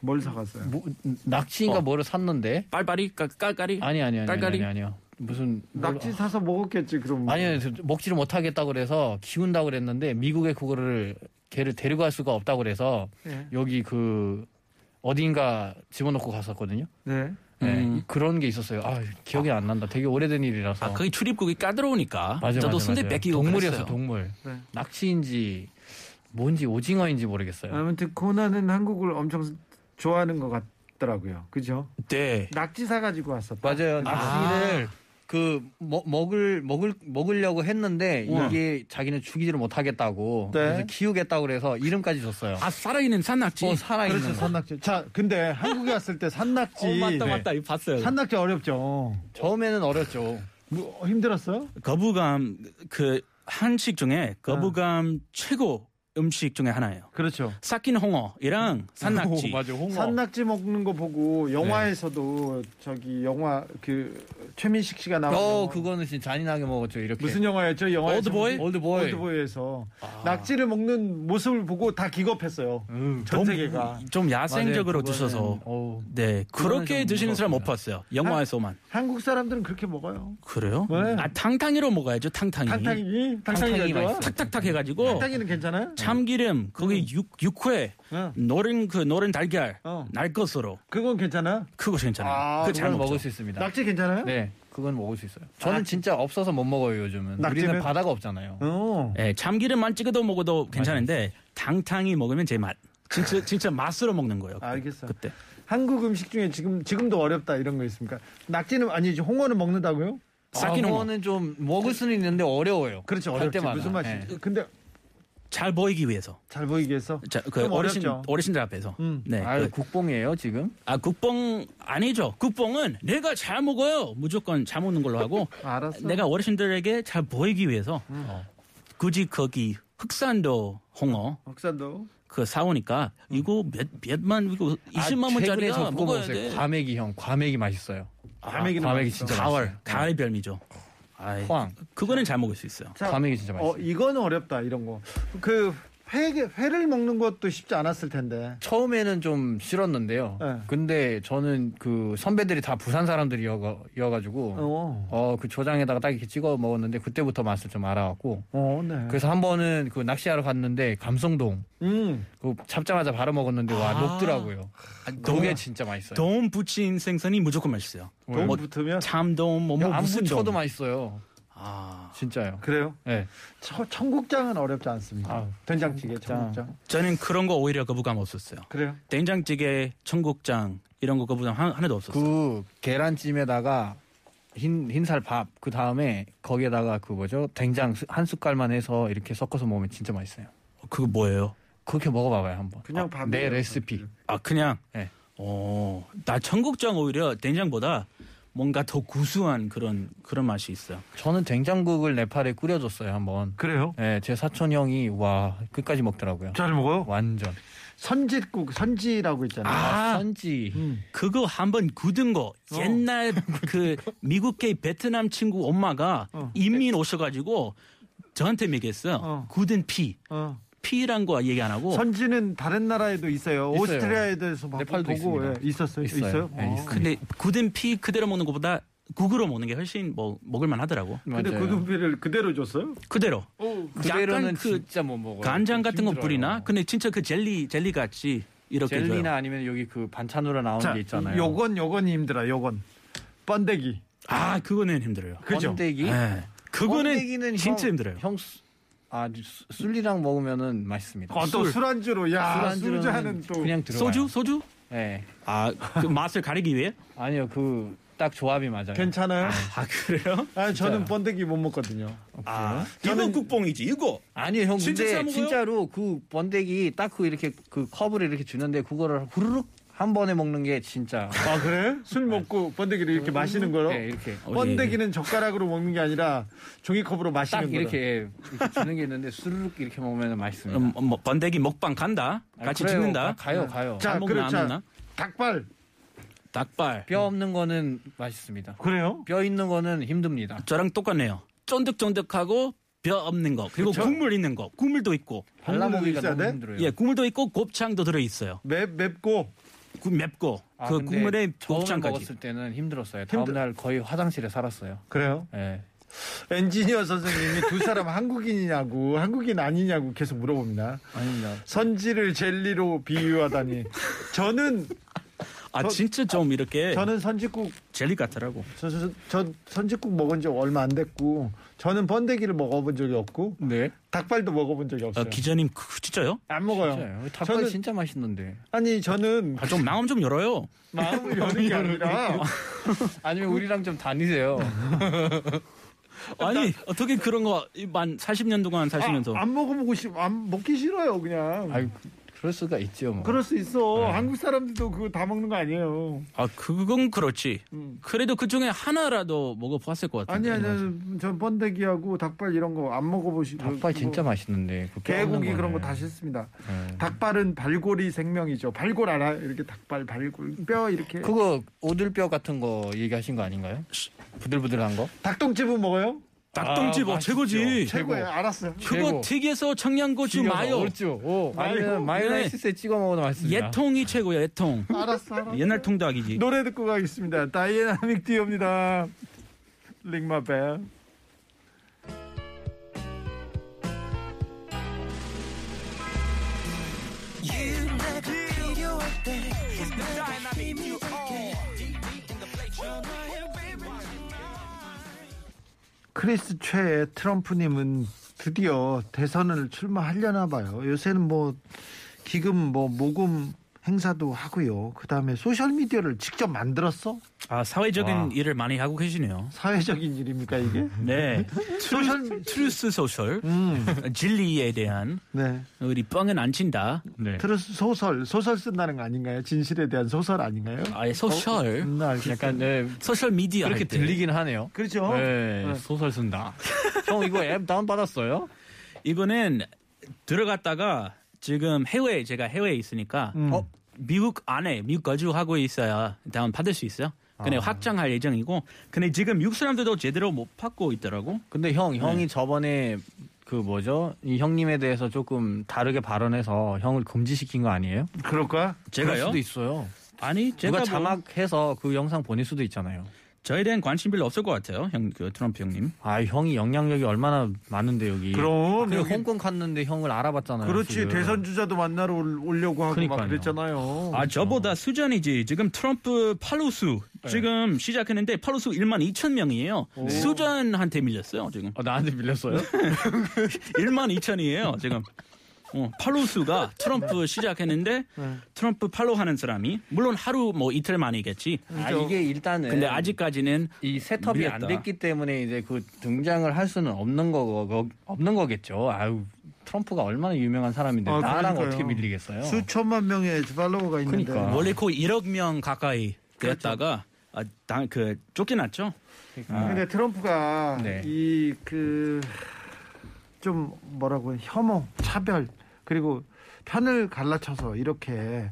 Speaker 4: 뭘 사갔어요?
Speaker 7: 뭐, 낙지인가
Speaker 6: 어.
Speaker 7: 뭐를 샀는데
Speaker 6: 빨빨이 깔- 깔깔이
Speaker 7: 아니 아니 아니 아니
Speaker 6: 깔깔이?
Speaker 7: 아니 아니요 무슨 뭘-
Speaker 4: 낙지 사서 먹었겠지 그럼.
Speaker 7: 아니요 먹지를 못하겠다 그래서 키운다 그랬는데 미국에 그거를 걔를 데리고 갈 수가 없다 그래서
Speaker 4: 네.
Speaker 7: 여기 그 어딘가 집어넣고 갔었거든요.
Speaker 4: 네.
Speaker 7: 네,
Speaker 6: 음.
Speaker 7: 그런 게 있었어요. 아 기억이 안 난다. 되게 오래된 일이라서.
Speaker 6: 아, 거기 출입국이 까다로우니까
Speaker 7: 맞아,
Speaker 6: 저도
Speaker 7: 맞아,
Speaker 6: 순대
Speaker 7: 맞아요.
Speaker 6: 뺏기고
Speaker 7: 동물이었어요.
Speaker 6: 그랬어요.
Speaker 7: 동물.
Speaker 4: 네.
Speaker 7: 낙지인지 뭔지 오징어인지 모르겠어요.
Speaker 4: 아무튼 코난은 한국을 엄청 좋아하는 것 같더라고요. 그죠?
Speaker 6: 네.
Speaker 4: 낙지 사가지고 왔었다.
Speaker 7: 맞아요. 낙지를 그 먹- 먹을 먹을 먹으려고 했는데
Speaker 6: 우와.
Speaker 7: 이게 자기는 죽이지를 못하겠다고
Speaker 4: 네.
Speaker 7: 그래서 키우겠다고 그래서 이름까지 줬어요.
Speaker 6: 아 살아있는 산낙지.
Speaker 7: 어, 살아있는
Speaker 4: 그렇죠.
Speaker 7: 거.
Speaker 4: 산낙지. 자, 근데 한국에 왔을 때 산낙지.
Speaker 6: 어, 맞다
Speaker 4: 네.
Speaker 6: 맞다 이거 봤어요.
Speaker 4: 산낙지 어렵죠.
Speaker 7: 처음에는 어렸죠.
Speaker 4: 뭐, 힘들었어요?
Speaker 6: 거부감 그 한식 중에
Speaker 7: 아.
Speaker 6: 거부감 최고 음식 중에 하나예요.
Speaker 4: 그렇죠.
Speaker 6: 삭힌 홍어이랑 산낙지.
Speaker 7: 맞아. 음. 홍어.
Speaker 4: 산낙지 먹는 거 보고 영화에서도 저기 영화 그 최민식 씨가 나온
Speaker 7: 어,
Speaker 4: 영화.
Speaker 7: 그거는 진짜 잔인하게 먹었죠. 이렇게.
Speaker 4: 무슨 영화였죠? 영화
Speaker 6: 올드보이?
Speaker 7: 올드보이.
Speaker 4: 올드보이에서 낙지를 먹는 모습을 보고 다 기겁했어요. 전 세계가
Speaker 6: 좀 야생적으로
Speaker 7: 맞아요,
Speaker 6: 드셔서.
Speaker 7: 그거는, 어우.
Speaker 6: 네 그렇게
Speaker 7: 좀
Speaker 6: 드시는 사람 못
Speaker 7: 무섭습니다.
Speaker 6: 봤어요. 영화에서만.
Speaker 4: 한국 사람들은 그렇게 먹어요.
Speaker 6: 그래요?
Speaker 4: 네.
Speaker 6: 아 탕탕이로 먹어야죠 탕탕이.
Speaker 4: 탕탕이 탕탕이가
Speaker 7: 탕탕이
Speaker 4: 좋아.
Speaker 7: 맛있어요.
Speaker 6: 탁탁탁 해가지고
Speaker 4: 탕탕이는 괜찮아요?
Speaker 6: 참기름 거기 육 육회
Speaker 4: 응.
Speaker 6: 노른 그 노른 달걀
Speaker 4: 어.
Speaker 6: 날 것으로
Speaker 4: 그건 괜찮아요?
Speaker 6: 그거 괜찮아요.
Speaker 4: 아,
Speaker 6: 그거 잘
Speaker 7: 그건
Speaker 6: 먹죠.
Speaker 7: 먹을 수 있습니다.
Speaker 4: 낙지 괜찮아요?
Speaker 7: 네, 그건 먹을 수 있어요. 저는
Speaker 4: 낙지.
Speaker 7: 진짜 없어서 못 먹어요 요즘은.
Speaker 4: 낙지는?
Speaker 7: 우리는 바다가 없잖아요.
Speaker 4: 어.
Speaker 6: 예, 참기름만 찍어도 먹어도 괜찮은데 탕탕이 먹으면 제 맛. 진짜 진짜 맛으로 먹는 거예요. 그-
Speaker 4: 알겠어요.
Speaker 6: 그때
Speaker 4: 한국 음식 중에 지금 지금도 어렵다 이런 거 있습니까? 낙지는 아니지 홍어는 먹는다고요?
Speaker 6: 삭힌 홍어.
Speaker 7: 는좀 먹을 수는 있는데 어려워요.
Speaker 4: 그렇죠.
Speaker 7: 갈
Speaker 4: 어렵지.
Speaker 7: 때마다.
Speaker 4: 무슨 맛인지. 근데
Speaker 6: 잘 보이기 위해서.
Speaker 4: 잘 보이게 해서
Speaker 6: 자, 그
Speaker 4: 좀
Speaker 6: 어르신
Speaker 4: 어렵죠.
Speaker 6: 어르신들 앞에서.
Speaker 4: 음.
Speaker 6: 네.
Speaker 7: 예. 아유,
Speaker 6: 그-
Speaker 7: 국뽕이에요 지금?
Speaker 6: 아 국뽕 아니죠. 국뽕은 내가 잘 먹어요. 무조건 잘 먹는 걸로 하고
Speaker 4: 알았어.
Speaker 6: 내가 어르신들에게 잘 보이기 위해서 어, 굳이 거기 흑산도 홍어
Speaker 4: 박산도
Speaker 6: 그 사오니까 이거 몇 몇만 아, 이거
Speaker 7: 아,
Speaker 6: 20만 원짜리야
Speaker 7: 서 그거
Speaker 6: 먹어야
Speaker 7: 먹었어요.
Speaker 6: 돼.
Speaker 7: 과메기 형, 과메기 맛있어요.
Speaker 4: 아, 과메기는
Speaker 7: 과메기
Speaker 4: 맛있어.
Speaker 7: 아,
Speaker 4: 네.
Speaker 7: 진짜
Speaker 6: 가을
Speaker 7: 맛있어요.
Speaker 6: 가을 별미죠. 아이,
Speaker 7: 포항.
Speaker 6: 그거는 잘 먹을 수 있어요.
Speaker 4: 자,
Speaker 7: 과메기 진짜 맛있어요.
Speaker 4: 어 이거는 어렵다 이런 거. 그
Speaker 3: 회, 회를 먹는 것도 쉽지 않았을 텐데.
Speaker 7: 처음에는 좀 싫었는데요.
Speaker 3: 네.
Speaker 7: 근데 저는 그 선배들이 다 부산 사람들이어가지고
Speaker 3: 어,
Speaker 7: 어 그 초장에다가 딱 이렇게 찍어 먹었는데 그때부터 맛을 좀 알아갖고
Speaker 3: 어, 네.
Speaker 7: 그래서 한 번은 그 낚시하러 갔는데 감성동
Speaker 3: 음,
Speaker 7: 그 잡자마자 바로 먹었는데 와
Speaker 6: 아.
Speaker 7: 녹더라고요. 그게
Speaker 6: 도움,
Speaker 7: 진짜 맛있어요.
Speaker 6: 도움 붙인 생선이 무조건 맛있어요.
Speaker 3: 돈
Speaker 6: 뭐,
Speaker 3: 붙으면
Speaker 6: 참돔, 뭐,
Speaker 7: 야,
Speaker 6: 뭐
Speaker 7: 안
Speaker 6: 무슨
Speaker 7: 붙여도
Speaker 6: 돔.
Speaker 7: 맛있어요.
Speaker 6: 아,
Speaker 7: 진짜요.
Speaker 3: 그래요.
Speaker 7: 네.
Speaker 3: 처- 청국장은 어렵지 않습니다.
Speaker 7: 아,
Speaker 3: 된장찌개, 청국장.
Speaker 7: 청국장.
Speaker 6: 저는 그런 거 오히려 거부감 없었어요.
Speaker 3: 그래요?
Speaker 6: 된장찌개, 청국장 이런 거 거부감 하, 나도 없었어요.
Speaker 7: 그 계란찜에다가 흰 흰살 밥 그 다음에 거기에다가 그 뭐죠 된장 스- 한 숟갈만 해서 이렇게 섞어서 먹으면 진짜 맛있어요.
Speaker 6: 그, 거 뭐예요?
Speaker 7: 그렇게 먹어봐봐요 한번.
Speaker 3: 그냥
Speaker 7: 아,
Speaker 3: 밥이에요,
Speaker 7: 내
Speaker 3: 그냥.
Speaker 7: 레시피.
Speaker 6: 아 그냥.
Speaker 7: 네.
Speaker 6: 어, 나 청국장 오히려 된장보다 뭔가 더 구수한 그런 그런 맛이 있어요.
Speaker 7: 저는 된장국을 네팔에 끓여줬어요 한번.
Speaker 3: 그래요?
Speaker 7: 네, 제 사촌 형이 와 끝까지 먹더라고요.
Speaker 3: 잘 먹어요?
Speaker 7: 완전.
Speaker 3: 선짓국, 선지라고 있잖아요.
Speaker 7: 아, 선지.
Speaker 3: 음.
Speaker 6: 그거 한번 굳은 거
Speaker 7: 어.
Speaker 6: 옛날 그 미국계 베트남 친구 엄마가
Speaker 3: 어.
Speaker 6: 이민 오셔가지고 저한테 얘기했어요.
Speaker 3: 어.
Speaker 6: 굳은 피
Speaker 3: 어.
Speaker 6: 피란 거 얘기 안 하고
Speaker 3: 선지는 다른 나라에도 있어요.
Speaker 7: 있어요.
Speaker 3: 오스트리아에도서 막
Speaker 7: 네팔도
Speaker 3: 보고
Speaker 7: 있습니다.
Speaker 3: 예, 있었어요.
Speaker 7: 있어요.
Speaker 3: 있어요?
Speaker 7: 네, 있습니다.
Speaker 6: 근데 굳은 피 그대로 먹는 것보다 국으로 먹는 게 훨씬 뭐 먹을만 하더라고.
Speaker 3: 근데
Speaker 7: 맞아요.
Speaker 3: 고등비를 그대로 줬어요?
Speaker 6: 그대로
Speaker 7: 그대로는
Speaker 6: 약간 그
Speaker 7: 진짜 못 먹어요.
Speaker 6: 간장 같은 거
Speaker 7: 힘들어요.
Speaker 6: 뿌리나 근데 진짜 그 젤리 젤리 같이 이렇게
Speaker 7: 젤리나
Speaker 6: 줘요.
Speaker 7: 아니면 여기 그 반찬으로 나오는
Speaker 3: 자,
Speaker 7: 게 있잖아요.
Speaker 3: 요건 요건이 힘들어. 요건 번데기.
Speaker 6: 아 그거는 힘들어요.
Speaker 3: 그죠?
Speaker 7: 번데기.
Speaker 6: 예. 그거는
Speaker 7: 번데기는
Speaker 6: 진짜
Speaker 7: 형-
Speaker 6: 힘들어요.
Speaker 7: 형 수- 아, 수- 술이랑 먹으면은 맛있습니다.
Speaker 3: 어, 또 술안주로
Speaker 6: 아,
Speaker 3: 야
Speaker 7: 술안주로는
Speaker 3: 술자는 또
Speaker 7: 그냥 들어요.
Speaker 6: 소주 소주?
Speaker 7: 네.
Speaker 6: 아 그 맛을 가리기 위해?
Speaker 7: 아니요. 그 딱 조합이 맞아요.
Speaker 3: 괜찮아요?
Speaker 6: 아 그래요?
Speaker 3: 아, 저는
Speaker 7: 진짜요.
Speaker 3: 번데기 못 먹거든요.
Speaker 6: 아 이거 국뽕이지 이거.
Speaker 7: 아니요, 형
Speaker 6: 진짜 사
Speaker 7: 근데
Speaker 6: 먹어요?
Speaker 7: 진짜로 그 번데기 딱 그 이렇게 그 컵을 이렇게 주는데 그거를 후루룩 한 번에 먹는 게 진짜
Speaker 3: 아 그래? 술 먹고 번데기를 이렇게 마시는 거로?
Speaker 7: 네, 이렇게
Speaker 3: 번데기는 젓가락으로 먹는 게 아니라 종이컵으로 마시는
Speaker 7: 딱
Speaker 3: 거로.
Speaker 7: 이렇게, 이렇게 주는 게 있는데 수루룩 이렇게 먹으면 맛있습니다.
Speaker 6: 음, 뭐, 번데기 먹방 간다.
Speaker 7: 아,
Speaker 6: 같이
Speaker 7: 그래요.
Speaker 6: 찍는다. 네.
Speaker 7: 가- 가요, 가요.
Speaker 3: 자,
Speaker 6: 안 먹나
Speaker 3: 그럼
Speaker 6: 안
Speaker 3: 자.
Speaker 6: 먹나?
Speaker 3: 닭발.
Speaker 6: 닭발.
Speaker 7: 뼈 없는 거는 맛있습니다.
Speaker 3: 그래요?
Speaker 7: 뼈 있는 거는 힘듭니다.
Speaker 6: 저랑 똑같네요. 쫀득쫀득하고 뼈 없는 거 그리고 국물 있는 거 국물도 있고
Speaker 7: 발라 먹기가
Speaker 3: 있어야
Speaker 7: 너무
Speaker 3: 돼?
Speaker 7: 힘들어요.
Speaker 6: 예 국물도 있고 곱창도 들어 있어요.
Speaker 3: 맵 맵고
Speaker 6: 그 맵고
Speaker 7: 아,
Speaker 6: 그
Speaker 7: 근데
Speaker 6: 국물에
Speaker 7: 처음에
Speaker 6: 곱창까지.
Speaker 7: 먹었을 때는 힘들었어요.
Speaker 3: 힘들-
Speaker 7: 다음 날 거의 화장실에 살았어요.
Speaker 3: 그래요?
Speaker 7: 예.
Speaker 3: 엔지니어 선생님이 두 사람 한국인이냐고 한국인 아니냐고 계속 물어봅니다.
Speaker 7: 아닙니다.
Speaker 3: 선지를 젤리로 비유하다니. 저는
Speaker 6: 아
Speaker 3: 저-
Speaker 6: 진짜
Speaker 7: 아,
Speaker 6: 좀 이렇게
Speaker 3: 저는 선지국
Speaker 6: 젤리 같더라고.
Speaker 3: 저, 저, 저 선지국 먹은 지 얼마 안 됐고 저는 번데기를 먹어본 적이 없고
Speaker 7: 네.
Speaker 3: 닭발도 먹어본 적이 없어요.
Speaker 6: 아, 기자님 그- 진짜요?
Speaker 3: 안 먹어요.
Speaker 7: 진짜요. 닭발
Speaker 3: 저는-
Speaker 7: 진짜 맛있는데.
Speaker 3: 아니 저는
Speaker 6: 아, 좀 마음 좀 열어요.
Speaker 3: 마음을 여는 게 아니라
Speaker 7: 아니면 우리랑 좀 다니세요.
Speaker 6: 아니 어떻게 그런 거만 40년 동안 사시면서
Speaker 3: 아, 안 먹어보고 싶, 안 먹기 싫어요 그냥.
Speaker 7: 아유, 그- 그럴 수가 있죠. 뭐.
Speaker 3: 그럴 수 있어. 한국 사람들도 그거 다 먹는 거 아니에요.
Speaker 6: 아 그건 그렇지. 그래도 그 중에 하나라도 먹어봤을 것 같은데.
Speaker 3: 음. 아니 아니, 아니 전 번데기하고 닭발 이런 거 안 먹어보시고
Speaker 7: 닭발 진짜 맛있는데. 그 뼈 없는
Speaker 3: 개고기 그런
Speaker 7: 거는.
Speaker 3: 거 다 싫습니다.
Speaker 7: 예.
Speaker 3: 닭발은 발골이 뭐, 생명이죠. 발골 알아? 이렇게 닭발 발골 뼈 이렇게.
Speaker 7: 그거 오들뼈 같은 거 얘기하신 거 아닌가요? 부들부들한 거?
Speaker 3: 닭똥집은 먹어요?
Speaker 6: 닭똥집 어,
Speaker 7: 아,
Speaker 6: 최고지.
Speaker 3: 최고예요. 알았어요.
Speaker 6: 그거
Speaker 7: 최고.
Speaker 6: 튀겨서 청양고추 마요.
Speaker 7: 얼쭈. 그렇죠. 오,
Speaker 3: 마요.
Speaker 7: 아니면 마요네이스에 찍어 먹어도 맛있습니다.
Speaker 6: 예통이 최고야 예통.
Speaker 3: 알았어. 알았어.
Speaker 6: 옛날 통닭이지.
Speaker 3: 노래 듣고 가겠습니다. 다이애나믹 듀오입니다. 링마벨. 크리스 최 트럼프님은 드디어 대선을 출마하려나 봐요. 요새는 뭐 기금 뭐 모금 행사도 하고요. 그 다음에 소셜 미디어를 직접 만들었어?
Speaker 6: 아 사회적인
Speaker 7: 와.
Speaker 6: 일을 많이 하고 계시네요.
Speaker 3: 사회적인 일입니까 이게?
Speaker 6: 네. 트루, 트루스 소셜
Speaker 3: 음,
Speaker 6: 진리에 대한
Speaker 3: 네.
Speaker 6: 우리 뻥은 안 친다.
Speaker 7: 네.
Speaker 3: 트루 소설 소설 쓴다는 거 아닌가요? 진실에 대한 소설 아닌가요?
Speaker 6: 아예 소셜
Speaker 3: 음, 알겠어요.
Speaker 7: 약간 네,
Speaker 6: 소셜 미디어
Speaker 7: 그렇게
Speaker 6: 할 때.
Speaker 7: 들리긴 하네요.
Speaker 3: 그렇죠.
Speaker 7: 네, 소설 쓴다. 형 이거 앱 다운 받았어요?
Speaker 6: 이번엔 들어갔다가 지금 해외 제가 해외에 있으니까
Speaker 3: 음.
Speaker 6: 어, 미국 안에 미국 거주하고 있어야 다운 받을 수 있어요.
Speaker 7: 아.
Speaker 6: 근데 확장할
Speaker 3: 네.
Speaker 6: 예정이고 근데 지금 미국 사람들도 제대로 못 받고 있더라고.
Speaker 7: 근데 형 형이 저번에 그 그 뭐죠 이 형님에 대해서 조금 다르게 발언해서 형을 금지시킨 거 아니에요?
Speaker 3: 그럴까?
Speaker 7: 그럴
Speaker 6: 제가요?
Speaker 7: 수도 있어요.
Speaker 6: 아니 제가
Speaker 7: 누가
Speaker 6: 뭐
Speaker 7: 자막해서 그 영상 보낼 수도 있잖아요.
Speaker 6: 저에 대한 관심 별로 없을 것 같아요, 형 그 트럼프 형님.
Speaker 7: 아 형이 영향력이 얼마나 많은데 여기.
Speaker 3: 아, 그럼
Speaker 7: 그
Speaker 3: 여기-
Speaker 7: 홍콩 갔는데 형을 알아봤잖아요.
Speaker 3: 그렇지
Speaker 7: 지금.
Speaker 3: 대선 주자도 만나러 올- 오려고 하고 막
Speaker 7: 어, 그러니까요.
Speaker 3: 그랬잖아요.
Speaker 6: 아
Speaker 7: 그렇죠.
Speaker 6: 저보다 수전이지. 지금 트럼프 팔로수
Speaker 7: 네.
Speaker 6: 지금 시작했는데 팔로수 1만 2천 명이에요. 수전한테 밀렸어요 지금.
Speaker 7: 아, 나한테 밀렸어요?
Speaker 6: 1만 2천이에요 지금. 어, 팔로수가 트럼프 시작했는데
Speaker 3: 네.
Speaker 6: 트럼프 팔로 하는 사람이 물론 하루 뭐 이틀 만이겠지.
Speaker 7: 아 이게 일단은
Speaker 6: 근데 아직까지는
Speaker 7: 이 세톱이 안
Speaker 6: 밀렸다.
Speaker 7: 됐기 때문에 이제 그 등장을 할 수는 없는 거 거- 없는 거겠죠. 아유 트럼프가 얼마나 유명한 사람인데
Speaker 3: 아,
Speaker 7: 나랑
Speaker 3: 그러니까요.
Speaker 7: 어떻게 밀리겠어요?
Speaker 3: 수천만 명의 팔로워가 있는데
Speaker 7: 예.
Speaker 3: 뭐
Speaker 7: 그러니까.
Speaker 6: 원래 거의 1억 명 가까이
Speaker 7: 그렇죠.
Speaker 6: 됐다가 아, 당, 그 쫓겨났죠.
Speaker 3: 아, 근데 트럼프가
Speaker 7: 아. 네.
Speaker 3: 이 그 좀 뭐라고 해야, 혐오, 차별 그리고 편을 갈라쳐서 이렇게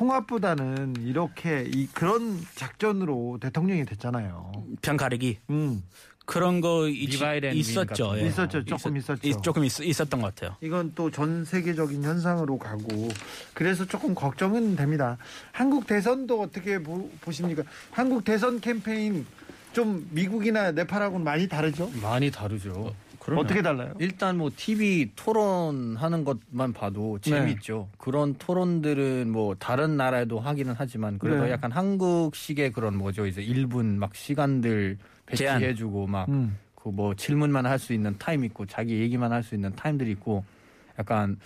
Speaker 3: 통합보다는 이렇게 이 그런 작전으로 대통령이 됐잖아요.
Speaker 6: 편 가리기
Speaker 3: 음,
Speaker 6: 그런 거 있,
Speaker 7: 리바일 앤
Speaker 6: 있었죠.
Speaker 7: 윈 같은
Speaker 6: 예.
Speaker 7: 거.
Speaker 3: 있었죠, 조금 있었죠.
Speaker 6: 있- 조금 있, 있었던 것 같아요.
Speaker 3: 이건 또 전 세계적인 현상으로 가고 그래서 조금 걱정은 됩니다. 한국 대선도 어떻게 보, 보십니까? 한국 대선 캠페인 좀 미국이나 네팔하고는 많이 다르죠?
Speaker 7: 많이 다르죠.
Speaker 3: 어떻게 달라요?
Speaker 7: 일단 뭐 TV 토론하는 것만 봐도 재미있죠. 그런 토론들은 뭐 다른 나라에도 하기는 하지만 그래도
Speaker 3: 네.
Speaker 7: 약간 한국식의 그런 뭐죠 이제 1분 막 시간들
Speaker 6: 제한.
Speaker 7: 배치해주고 막
Speaker 3: 음.
Speaker 7: 그 뭐 질문만 할 수 있는 타임 있고 자기 얘기만 할 수 있는 타임들이 있고 약간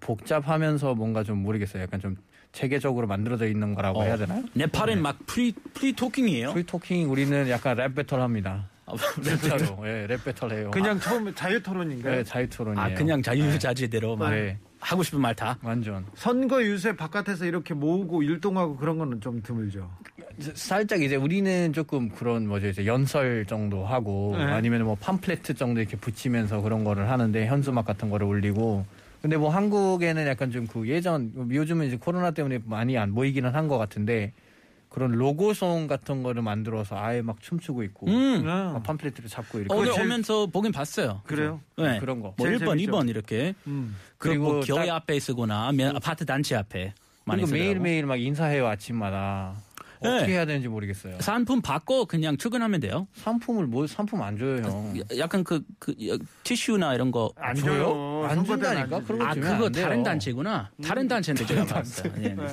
Speaker 7: 복잡하면서 뭔가 좀 모르겠어요. 약간 좀 체계적으로 만들어져 있는 거라고 해야 되나요?
Speaker 6: 네팔은 막 프리 프리 토킹이에요.
Speaker 7: 프리토킹 우리는 약간 랩 배틀 합니다.
Speaker 6: 아,
Speaker 7: 진짜로 예, 랩 배틀 해요.
Speaker 3: 그냥 처음에 자유
Speaker 7: 아,
Speaker 3: 토론인가요?
Speaker 7: 예, 자유 토론이에요.
Speaker 6: 아 그냥 자유자재대로 막
Speaker 7: 네.
Speaker 6: 하고 싶은 말 다.
Speaker 7: 완전
Speaker 3: 선거 유세 바깥에서 이렇게 모으고 일동하고 그런 거는 좀 드물죠.
Speaker 7: 살짝 이제 우리는 조금 그런 뭐죠 이제 연설 정도 하고
Speaker 3: 네.
Speaker 7: 아니면 뭐 팜플렛 정도 이렇게 붙이면서 그런 거를 하는데 현수막 같은 거를 올리고 근데 뭐 한국에는 약간 좀 그 예전 요즘은 이제 코로나 때문에 많이 안 모이기는 한 것 같은데 그런 로고송 같은 거를 만들어서 아예 막 춤추고 있고
Speaker 6: 음.
Speaker 7: 막 팜플렛을 잡고 이렇게
Speaker 6: 오늘
Speaker 3: 그거 제일-
Speaker 6: 오면서 보긴 봤어요.
Speaker 3: 그래요?
Speaker 6: 네.
Speaker 7: 그런 거.
Speaker 6: 뭐
Speaker 3: 제일
Speaker 6: 1번,
Speaker 3: 재밌죠.
Speaker 6: 2번 이렇게.
Speaker 3: 음.
Speaker 6: 그리고
Speaker 7: 그리고
Speaker 6: 교회
Speaker 7: 딱- 음.
Speaker 6: 앞에 쓰거나 아니면 아파트 단체 앞에 많이
Speaker 7: 그리고
Speaker 6: 쓰더라고.
Speaker 7: 매일 매일 막 인사해요 아침마다 어떻게
Speaker 6: 네.
Speaker 7: 해야 되는지 모르겠어요
Speaker 6: 상품 받고 그냥 출근하면 돼요.
Speaker 7: 상품을 뭐 상품 안 줘요 형
Speaker 6: 야- 약간 그, 그 여- 티슈나 이런 거.
Speaker 3: 안 줘요.
Speaker 7: 줘요? 안
Speaker 3: 선거 때는
Speaker 7: 준다니까?
Speaker 3: 안 주지.
Speaker 7: 그런 거
Speaker 6: 아
Speaker 7: 주면
Speaker 6: 그거
Speaker 7: 안 돼요.
Speaker 6: 다른 단체구나. 음. 다른 단체인데 제가 봤어요. 예.
Speaker 3: 네.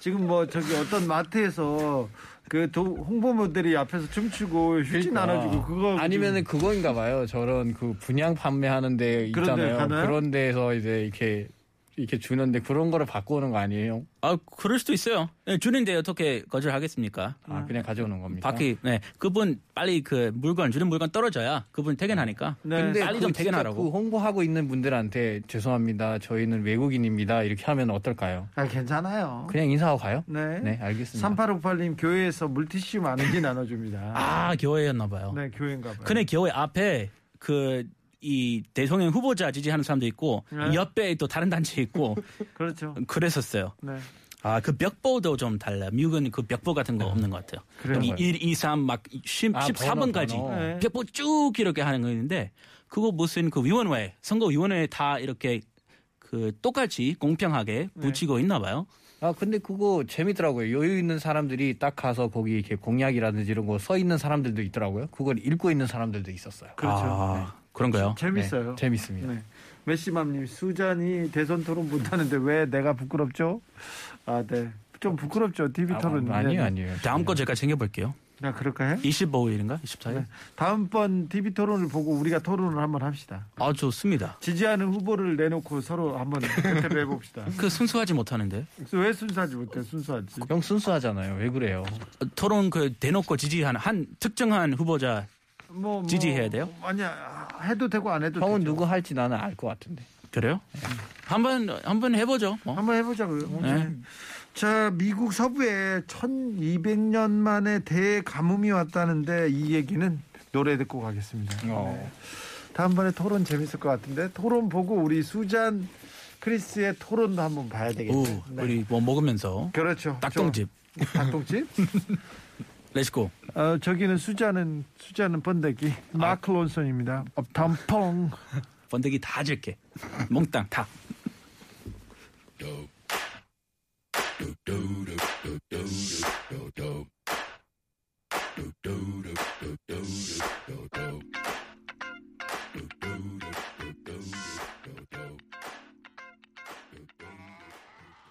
Speaker 3: 지금 뭐 저기 어떤 마트에서 그 도- 홍보 모델이 앞에서 춤추고 휴지 나눠주고 그거
Speaker 7: 그러니까. 아니면은 그거인가 봐요. 저런 그 분양 판매하는 데
Speaker 3: 그런 데
Speaker 7: 있잖아요.
Speaker 3: 가나요?
Speaker 7: 그런 데에서 이제 이렇게 이렇게 주는데 그런 거를 바꾸는 거 아니에요?
Speaker 6: 아 그럴 수도 있어요. 예, 주는데 어떻게 거절하겠습니까?
Speaker 7: 아,
Speaker 3: 네.
Speaker 7: 그냥 가져오는 겁니까?
Speaker 6: 바퀴, 네. 그분 빨리 그 물건, 주는 물건 떨어져야 그분 퇴근하니까.
Speaker 3: 네.
Speaker 7: 근데
Speaker 6: 빨리
Speaker 7: 그
Speaker 6: 좀
Speaker 7: 진짜
Speaker 6: 퇴근하라고.
Speaker 7: 그 홍보하고 있는 분들한테 죄송합니다. 저희는 외국인입니다. 이렇게 하면 어떨까요?
Speaker 3: 아 괜찮아요.
Speaker 7: 그냥 인사하고 가요?
Speaker 3: 네.
Speaker 7: 네, 알겠습니다.
Speaker 3: 3858님 교회에서 물티슈 많은 게 나눠줍니다.
Speaker 6: 아, 교회였나봐요.
Speaker 3: 네 교회인가 봐요.
Speaker 6: 근데 교회 앞에 그 이 대통령 후보자 지지하는 사람도 있고
Speaker 3: 네.
Speaker 6: 옆에 또 다른 단체 있고
Speaker 3: 그렇죠.
Speaker 6: 그랬었어요.
Speaker 3: 네.
Speaker 6: 아 그 벽보도 좀 달라. 미국은 그 벽보 같은 거 없는 것 같아요.
Speaker 3: 네. 그래요?
Speaker 6: 이, 1, 2, 3막 10,
Speaker 7: 아,
Speaker 6: 14번까지
Speaker 7: 번호, 번호.
Speaker 3: 네.
Speaker 6: 벽보 쭉 이렇게 하는 거 있는데 그거 무슨 그 위원회 선거 위원회 다 이렇게 그 똑같이 공평하게
Speaker 3: 네.
Speaker 6: 붙이고 있나 봐요.
Speaker 7: 아, 근데 그거 재밌더라고요. 여유 있는 사람들이 딱 가서 거기 이렇게 공약이라든지 이런 거 써 있는 사람들도 있더라고요. 그걸 읽고 있는 사람들도 있었어요.
Speaker 3: 그렇죠.
Speaker 6: 아, 그런가요?
Speaker 3: 재밌어요.
Speaker 7: 네, 재밌습니다.
Speaker 3: 네. 메시맘님 수잔이 대선 토론 못하는데 왜 내가 부끄럽죠? 아, 네. 좀 부끄럽죠. TV
Speaker 7: 아,
Speaker 3: 토론. 네,
Speaker 7: 아니요, 아니요.
Speaker 6: 다음 거 제가 챙겨볼게요.
Speaker 3: 나 그럴까 요
Speaker 6: 25일인가 24일?
Speaker 3: 네. 다음번 TV 토론을 보고 우리가 토론을 한번 합시다.
Speaker 6: 아 좋습니다.
Speaker 3: 지지하는 후보를 내놓고 서로 한번 대결해 봅시다.
Speaker 6: 그 순수하지 못하는데.
Speaker 3: 왜 순수하지 못해? 순수하지.
Speaker 7: 형 순수하잖아요. 왜 그래요?
Speaker 6: 토론 그 대놓고 지지하는 한 특정한 후보자
Speaker 3: 뭐, 뭐
Speaker 6: 지지해야 돼요?
Speaker 3: 아니야. 해도 되고 안 해도
Speaker 7: 형은
Speaker 3: 되죠.
Speaker 7: 누구 할지 나는 알 것 같은데.
Speaker 6: 그래요?
Speaker 3: 음.
Speaker 6: 한번 한번 해보죠. 뭐.
Speaker 3: 한번 해보자고요.
Speaker 6: 네.
Speaker 3: 네. 자, 미국 서부에 1200년 만에 대가뭄이 왔다는데 이 얘기는 노래 듣고 가겠습니다.
Speaker 6: 어.
Speaker 3: 네. 다음번에 토론 재밌을 것 같은데 토론 보고 우리 수잔 크리스의 토론도 한번 봐야
Speaker 6: 오,
Speaker 3: 되겠네요. 네.
Speaker 6: 우리 뭐 먹으면서
Speaker 3: 그렇죠.
Speaker 6: 닭똥집.
Speaker 3: 저- 닭똥집.
Speaker 6: 렛츠고.
Speaker 3: 어,
Speaker 6: 아.
Speaker 3: 저기는 수잔은 수잔은 번데기. 마크 론슨입니다. 업타운 펑.
Speaker 6: 번데기 다 줄게. 몽땅 다.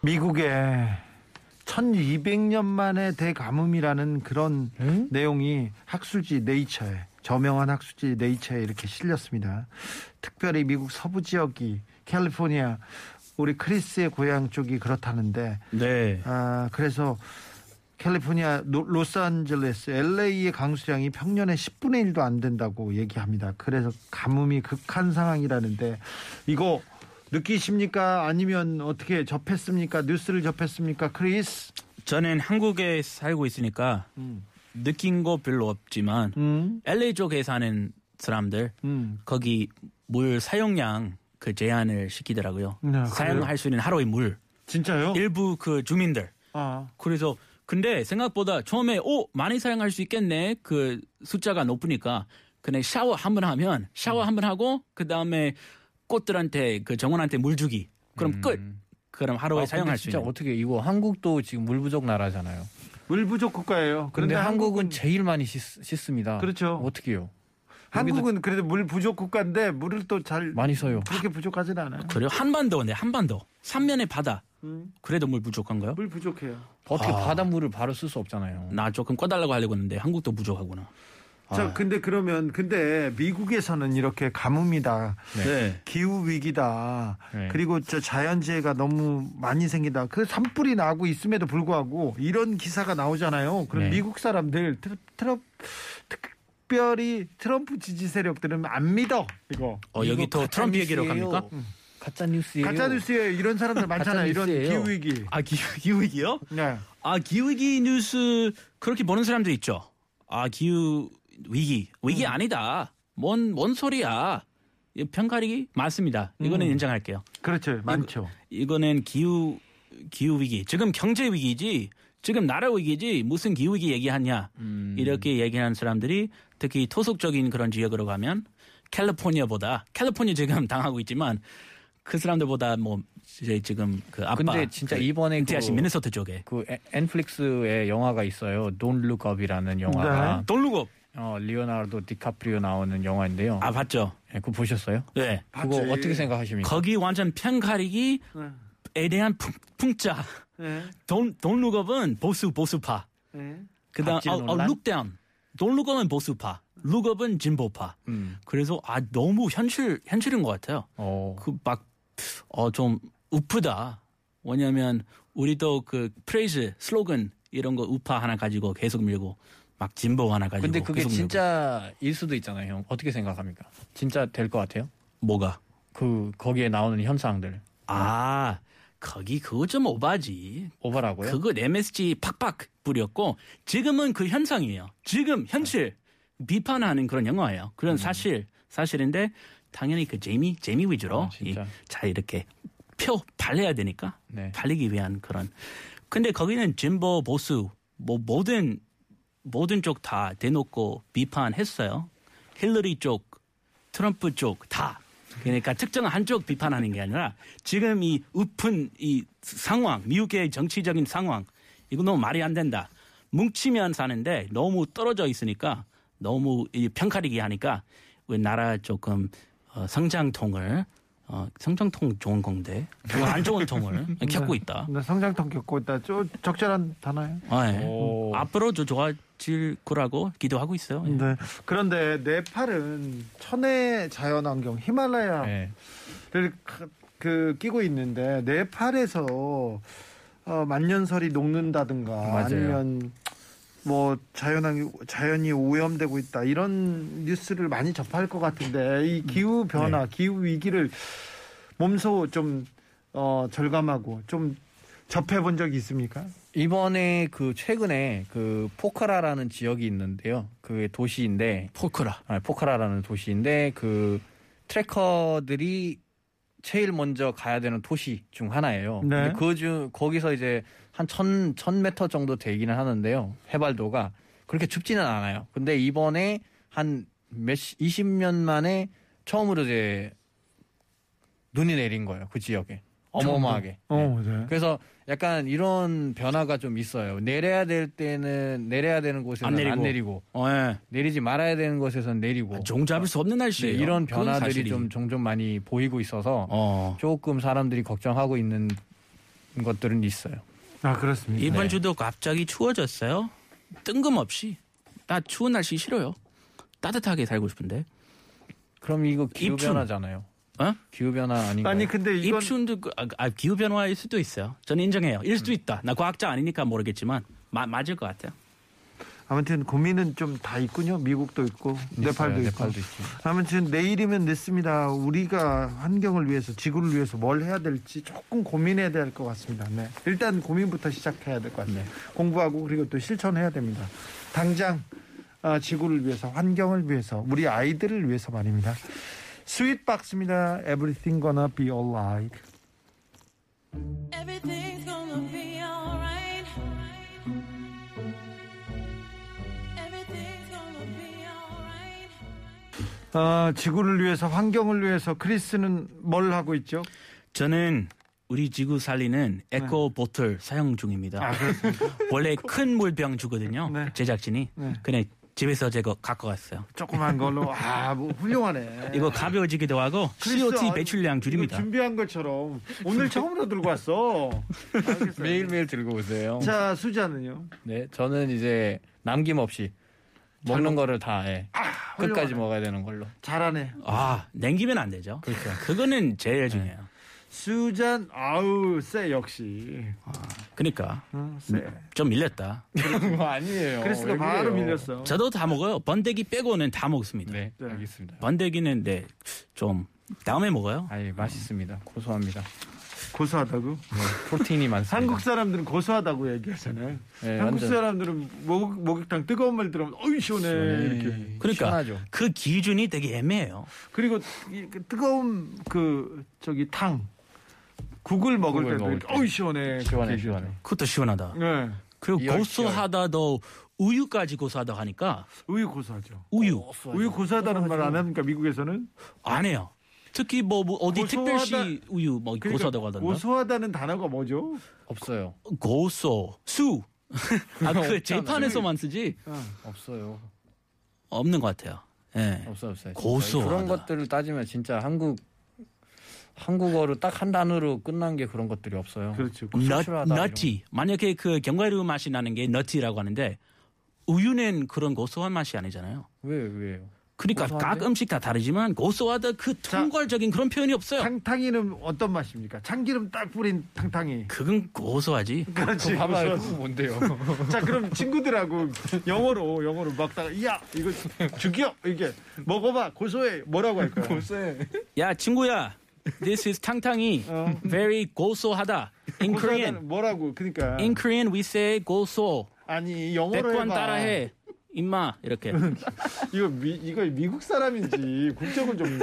Speaker 3: 미국에 1200년 만에 대가뭄이라는 그런
Speaker 7: 응?
Speaker 3: 내용이 학술지 네이처에 저명한 학술지 네이처에 이렇게 실렸습니다. 특별히 미국 서부 지역이 캘리포니아 우리 크리스의 고향 쪽이 그렇다는데
Speaker 6: 네.
Speaker 3: 아, 그래서 캘리포니아 노- 로스앤젤레스 LA의 강수량이 평년의 10분의 1도 안 된다고 얘기합니다. 그래서 가뭄이 극한 상황이라는데 이거 느끼십니까? 아니면 어떻게 접했습니까? 뉴스를 접했습니까? 크리스?
Speaker 6: 저는 한국에 살고 있으니까
Speaker 3: 음.
Speaker 6: 느낀 거 별로 없지만
Speaker 3: 음.
Speaker 6: LA 쪽에 사는 사람들
Speaker 3: 음.
Speaker 6: 거기 물 사용량 그 제한을 시키더라고요.
Speaker 3: 네, 그래요?
Speaker 6: 사용할 수 있는 하루의 물
Speaker 3: 진짜요?
Speaker 6: 일부 그 주민들
Speaker 3: 아.
Speaker 6: 그래서 근데 생각보다 처음에 오 많이 사용할 수 있겠네 그 숫자가 높으니까 근데 샤워 한 번 하면 샤워
Speaker 7: 음.
Speaker 6: 한 번 하고 그 다음에 꽃들한테 그 정원한테 물 주기 그럼 끝 그럼 하루에
Speaker 7: 음. 아,
Speaker 6: 사용할
Speaker 7: 근데
Speaker 6: 수
Speaker 7: 진짜
Speaker 6: 있는
Speaker 7: 어떻게 이거 한국도 지금 물 부족 나라잖아요.
Speaker 3: 물 부족 국가예요.
Speaker 7: 근데 한국은, 제일 많이 씻, 습니다
Speaker 3: 그렇죠.
Speaker 7: 어떻게요?
Speaker 3: 한국은 그래도 물 부족 국가인데 물을 또 잘
Speaker 7: 많이 써요.
Speaker 3: 그렇게 부족하진 않아요.
Speaker 6: 그래요 한반도인데 한반도 삼면의 바다
Speaker 3: 음.
Speaker 6: 그래도 물 부족한가요?
Speaker 3: 물 부족해요.
Speaker 7: 어떻게
Speaker 6: 아.
Speaker 7: 바닷물을 바로 쓸 수 없잖아요.
Speaker 6: 나 조금 꺼달라고 하려고 했는데 한국도 부족하구나.
Speaker 3: 자, 근데 그러면 근데 미국에서는 이렇게 가뭄이다.
Speaker 6: 네.
Speaker 3: 기후 위기다.
Speaker 7: 네.
Speaker 3: 그리고 저 자연재해가 너무 많이 생긴다. 그 산불이 나고 있음에도 불구하고 이런 기사가 나오잖아요. 그럼
Speaker 7: 네.
Speaker 3: 미국 사람들 트럼, 트럼 특별히 트럼프 지지 세력들은 안 믿어. 이거
Speaker 6: 어, 여기 또 트럼프 얘기로 갑니까?
Speaker 7: 음. 가짜 뉴스예요.
Speaker 3: 가짜 뉴스에 이런 사람들 많잖아요. 이런
Speaker 7: 가짜뉴스예요.
Speaker 3: 기후 위기.
Speaker 6: 아 기, 기후위기요?
Speaker 3: 네.
Speaker 6: 아 기후위기 뉴스 그렇게 보는 사람도 있죠. 아 기후위기 위기
Speaker 7: 음.
Speaker 6: 아니다. 뭔 뭔 소리야? 이 평가리기 맞습니다.
Speaker 7: 음.
Speaker 6: 이거는 인정할게요.
Speaker 3: 그렇죠. 많죠.
Speaker 6: 이거는 기후 기후위기 지금 경제위기지 지금 나라 위기지 무슨 기후위기 얘기하냐
Speaker 7: 음.
Speaker 6: 이렇게 얘기하는 사람들이 특히 토속적인 그런 지역으로 가면 캘리포니아보다 캘리포니아 지금 당하고 있지만 그 사람들보다 뭐 이제 지금 그 아빠
Speaker 7: 근데 진짜 이번에 그,
Speaker 6: 인티아시 미네소타 쪽에
Speaker 7: 그 엔- 엔플릭스의 영화가 있어요. Don't Look Up이라는 영화가
Speaker 6: 돌루고
Speaker 7: 어, 리오나르도 디카프리오 나오는 영화인데요.
Speaker 6: 네. 아 봤죠
Speaker 7: 예, 그거 보셨어요?
Speaker 6: 네
Speaker 7: 그거
Speaker 3: 봤지.
Speaker 7: 어떻게 생각하십니까?
Speaker 6: 거기 완전 편가리기에 대한 풍, 풍자
Speaker 3: 네.
Speaker 6: 돈 돈룩업은 보수 보수파
Speaker 3: 네.
Speaker 6: 그다음
Speaker 7: 박진
Speaker 6: 어, 어,
Speaker 7: 논란?
Speaker 6: 룩다운 돈룩업은 보수파 룩업은 진보파
Speaker 7: 음.
Speaker 6: 그래서 아 너무 현실 현실인 것 같아요.
Speaker 7: 어,
Speaker 6: 그 막 어 좀 우프다. 왜냐면 우리도 그 프레이즈 슬로건 이런 거 우파 하나 가지고 계속 밀고 막 진보 하나 가지고
Speaker 7: 근데 그게
Speaker 6: 계속 밀고.
Speaker 7: 진짜일 수도 있잖아요, 형. 어떻게 생각합니까? 진짜 될 것 같아요?
Speaker 6: 뭐가
Speaker 7: 그 거기에 나오는 현상들
Speaker 6: 아 거기 그거 좀 오바지.
Speaker 7: 오바라고요?
Speaker 6: 그거 MSG 팍팍 뿌렸고 지금은 그 현상이에요. 지금 현실 비판하는 그런 영화예요. 그런
Speaker 7: 음.
Speaker 6: 사실 사실인데 당연히 그 재미 재미 위주로
Speaker 7: 아, 진짜.
Speaker 6: 이, 잘 이렇게 표 발려야 되니까
Speaker 7: 네.
Speaker 6: 발리기 위한 그런. 근데 거기는 진보 보수 뭐 모든 모든 쪽 다 대놓고 비판했어요. 힐러리 쪽, 트럼프 쪽 다. 그러니까 특정 한쪽 비판하는 게 아니라 지금 이 우픈 이 상황, 미국의 정치적인 상황 이거 너무 말이 안 된다. 뭉치면 사는데 너무 떨어져 있으니까 너무 이 평가리기 하니까 우리 나라 조금 어, 성장통을 어, 성장통 좋은 건데 그안 좋은 통을 겪고 있다.
Speaker 3: 근데 성장통 겪고 있다. 좀 적절한 단어예요.
Speaker 6: 아, 예.
Speaker 7: 오.
Speaker 6: 앞으로도 좋아질 거라고 기도하고 있어요.
Speaker 7: 음.
Speaker 6: 예.
Speaker 3: 네. 그런데 네팔은 천혜 자연환경 히말라야
Speaker 7: 네.
Speaker 3: 를 그, 그 끼고 있는데 네팔에서 어, 만년설이 녹는다든가
Speaker 7: 맞아요.
Speaker 3: 아니면뭐 자연이 자연이 오염되고 있다 이런 뉴스를 많이 접할 것 같은데 이 기후
Speaker 7: 음.
Speaker 3: 변화,
Speaker 7: 네.
Speaker 3: 기후 위기를 몸소 좀 어, 절감하고 좀 접해 본 적이 있습니까?
Speaker 7: 이번에 그 최근에 그 포카라라는 지역이 있는데요. 그 도시인데
Speaker 6: 포크라.
Speaker 7: 아, 포카라라는 도시인데 그 트래커들이 제일 먼저 가야 되는 도시 중 하나예요.
Speaker 3: 네.
Speaker 7: 근데 그중 거기서 이제 한천 천 메터 정도 되기는 하는데요. 해발도가 그렇게 춥지는 않아요. 근데 이번에 한 몇 20년 만에 처음으로 이제 눈이 내린 거예요. 그 지역에. 어마어마하게. 네.
Speaker 3: 어, 네.
Speaker 7: 그래서 약간 이런 변화가 좀 있어요. 내려야 될 때는 내려야 되는 곳에서는
Speaker 6: 안
Speaker 7: 안
Speaker 6: 내리고.
Speaker 7: 내리고,
Speaker 6: 어, 예.
Speaker 7: 내리지 말아야 되는 곳에서는 내리고
Speaker 6: 종잡을 수 없는
Speaker 7: 네,
Speaker 6: 날씨예요.
Speaker 7: 이런
Speaker 6: 그건
Speaker 7: 변화들이
Speaker 6: 사실이.
Speaker 7: 좀 종종 많이 보이고 있어서
Speaker 6: 어.
Speaker 7: 조금 사람들이 걱정하고 있는 것들은 있어요.
Speaker 3: 아 그렇습니다.
Speaker 6: 이번
Speaker 7: 네.
Speaker 6: 주도 갑자기 추워졌어요. 뜬금없이 나 추운 날씨 싫어요. 따뜻하게 살고 싶은데.
Speaker 7: 그럼 이거 기후
Speaker 6: 입춘.
Speaker 7: 변화잖아요.
Speaker 6: 어?
Speaker 7: 기후 변화 아닌가요?
Speaker 3: 아니 근데 이건
Speaker 6: 입춘도 그- 아, 아, 기후 변화일 수도 있어요. 저는 인정해요. 일
Speaker 3: 음.
Speaker 6: 수도 있다. 나 과학자 아니니까 모르겠지만 마- 맞을 것 같아요.
Speaker 3: 아무튼 고민은 좀 다 있군요. 미국도 있고
Speaker 7: 있어요.
Speaker 3: 네팔도 있고.
Speaker 7: 네팔도 있죠.
Speaker 3: 아무튼 내일이면 늦습니다. 우리가 환경을 위해서 지구를 위해서 뭘 해야 될지 조금 고민해야 될 것 같습니다. 네. 일단 고민부터 시작해야 될 것 같아요. 공부하고 그리고 또 실천해야 됩니다. 당장 아, 지구를 위해서 환경을 위해서 우리 아이들을 위해서 말입니다. 스윗박스입니다. Everything gonna be alright.
Speaker 5: Everything's gonna be alright. Everything's gonna be alright.
Speaker 3: 아, 지구를 위해서 환경을 위해서 크리스는 뭘 하고 있죠?
Speaker 6: 저는 우리 지구 살리는
Speaker 3: 네.
Speaker 6: 에코 보틀 사용 중입니다. 원래 큰 물병 주거든요.
Speaker 3: 아, 네.
Speaker 6: 제작진이
Speaker 3: 네.
Speaker 6: 그냥 집에서 제가 갖고 왔어요.
Speaker 3: 조그만 걸로 아, 뭐 훌륭하네.
Speaker 6: 이거 가벼워지기도 하고
Speaker 3: 그랬어.
Speaker 6: CO2
Speaker 3: 아유,
Speaker 6: 배출량
Speaker 3: 이거
Speaker 6: 줄입니다.
Speaker 3: 준비한 것처럼 오늘 처음으로 들고 왔어. 알겠어요.
Speaker 7: 매일매일 들고 오세요.
Speaker 3: 자 수자는요.
Speaker 7: 네, 저는 이제 남김없이 먹는 거를 다 해. 끝까지 뭐. 먹어야 되는 걸로.
Speaker 3: 잘하네.
Speaker 6: 아 냉기면 안 되죠.
Speaker 7: 그렇죠.
Speaker 6: 그거는 제일 중요해요.
Speaker 3: 네. 수잔 아우 쎄 역시.
Speaker 6: 그러니까
Speaker 3: 어, 쎄.
Speaker 7: 네.
Speaker 6: 좀 밀렸다.
Speaker 7: 아니에요.
Speaker 3: 크리스가
Speaker 7: 왜
Speaker 3: 바로
Speaker 7: 그래요?
Speaker 3: 밀렸어.
Speaker 6: 저도 다 먹어요. 번데기 빼고는 다 먹습니다.
Speaker 7: 네,
Speaker 3: 네.
Speaker 7: 알겠습니다.
Speaker 6: 번데기는 네 좀 다음에 먹어요.
Speaker 7: 아예 맛있습니다. 고소합니다.
Speaker 3: 고소하다고?
Speaker 7: 네, 프로틴이 많습니다.
Speaker 3: 한국 사람들은 고소하다고 얘기하잖아요.
Speaker 7: 네,
Speaker 3: 한국
Speaker 7: 완전
Speaker 3: 사람들은 목, 목욕탕 뜨거운 물 들어면 어이 시원해 이렇게.
Speaker 6: 그러니까
Speaker 7: 시원하죠.
Speaker 6: 그 기준이 되게 애매해요.
Speaker 3: 그리고 이- 그 뜨거운 그 저기 탕 국을 먹을
Speaker 7: 국을
Speaker 3: 때도
Speaker 7: 먹을
Speaker 3: 이렇게
Speaker 7: 때.
Speaker 3: 어이 시원해.
Speaker 7: 네, 시원해,
Speaker 3: 그렇게
Speaker 7: 시원해.
Speaker 6: 그것도 시원하다.
Speaker 3: 얘기하죠. 네.
Speaker 6: 그리고
Speaker 7: 이열,
Speaker 6: 고소하다도 우유까지 고소하다 하니까
Speaker 3: 우유 고소하죠.
Speaker 6: 우유
Speaker 7: 어.
Speaker 3: 우유 고소하다는 말 안 합니까 미국에서는?
Speaker 6: 안 해요. 특히 뭐, 뭐 어디
Speaker 3: 고소하다-
Speaker 6: 특별시 우유 뭐
Speaker 3: 그러니까
Speaker 6: 고소하다고 하던데
Speaker 3: 고소하다는 단어가 뭐죠?
Speaker 7: 없어요.
Speaker 6: 고소 수. 아 그
Speaker 7: 없잖아요.
Speaker 6: 재판에서만 쓰지
Speaker 7: 없어요.
Speaker 6: 없는 것 같아요. 예.
Speaker 7: 없어요, 없어요. 진짜.
Speaker 6: 고소하다.
Speaker 7: 그런 것들을 따지면 진짜 한국 한국어로 딱 한 단어로 끝난 게 그런 것들이 없어요.
Speaker 3: 그렇죠.
Speaker 6: 넛,
Speaker 7: 씁쓸하다,
Speaker 6: 너티. 만약에 그 견과류 맛이 나는 게 너티라고 하는데 우유는 그런 고소한 맛이 아니잖아요.
Speaker 7: 왜 왜요?
Speaker 6: 그러니까
Speaker 7: 고소한데?
Speaker 6: 각 음식 다 다르지만 고소하다 그
Speaker 3: 자.
Speaker 6: 통괄적인 그런 표현이 없어요.
Speaker 3: 탕탕이는 어떤 맛입니까? 참기름 딱 뿌린 탕탕이.
Speaker 6: 그건 고소하지.
Speaker 3: 그렇지.
Speaker 7: 그거 봐봐요.
Speaker 3: 고소하지.
Speaker 7: 그거 뭔데요?
Speaker 3: 자 그럼 친구들하고 영어로 영어로 막다가 야 이거 죽여 이게 먹어봐 고소해 뭐라고 할까요?
Speaker 6: 야 친구야, this is 탕탕이
Speaker 3: 어.
Speaker 6: very 고소하다. In
Speaker 3: 고소하다는
Speaker 6: Korean,
Speaker 3: 뭐라고 그러니까
Speaker 6: in Korean we say 고소.
Speaker 3: 아니 영어로
Speaker 6: 백번
Speaker 3: 해봐.
Speaker 6: 따라해. 임마 이렇게. 아,
Speaker 3: 이거 미 이거 미국 사람인지 국적을 좀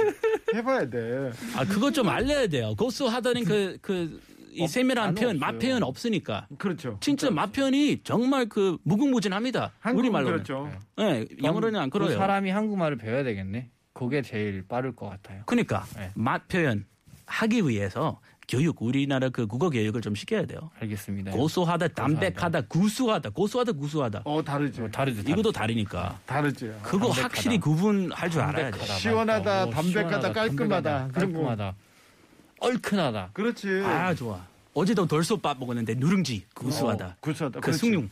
Speaker 3: 해봐야 돼.
Speaker 6: 아 그거 좀 알려야 돼요. 고소하다는 그 그 이 세밀한
Speaker 7: 단어
Speaker 6: 표현,
Speaker 7: 없어요.
Speaker 6: 맛 표현 없으니까.
Speaker 3: 그렇죠.
Speaker 6: 진짜 맛 표현이 정말 그 무궁무진합니다. 우리
Speaker 3: 한국은
Speaker 6: 말로는.
Speaker 3: 그렇죠.
Speaker 6: 예, 영어로는 안
Speaker 7: 그
Speaker 6: 그래요.
Speaker 7: 사람이 한국말을 배워야 되겠네. 그게 제일 빠를 것 같아요.
Speaker 6: 그러니까
Speaker 7: 네.
Speaker 6: 맛 표현 하기 위해서 교육 우리나라 그 국어 교육을 좀 시켜야 돼요.
Speaker 7: 알겠습니다.
Speaker 6: 고소하다, 담백하다, 구수하다, 고소하다, 구수하다.
Speaker 3: 어 다르죠.
Speaker 7: 뭐
Speaker 3: 아,
Speaker 7: 다르죠. 다르죠.
Speaker 6: 이것도 다르니까.
Speaker 3: 다르죠.
Speaker 6: 그거
Speaker 7: 그 담백하다.
Speaker 6: 확실히 구분할 줄 알아야 돼.
Speaker 7: 담백하다,
Speaker 3: 시원하다,
Speaker 7: 맑다. 오,
Speaker 3: 담백하다,
Speaker 7: 시원하다,
Speaker 3: 깔끔하다.
Speaker 7: 담백하다,
Speaker 3: 그런 거.
Speaker 7: 깔끔하다, 얼큰하다.
Speaker 3: 그렇지.
Speaker 6: 아 좋아. 어제도 돌솥밥 먹었는데 누룽지 구수하다.
Speaker 3: 어, 구수하다.
Speaker 6: 그
Speaker 3: 그렇지.
Speaker 6: 숭늉.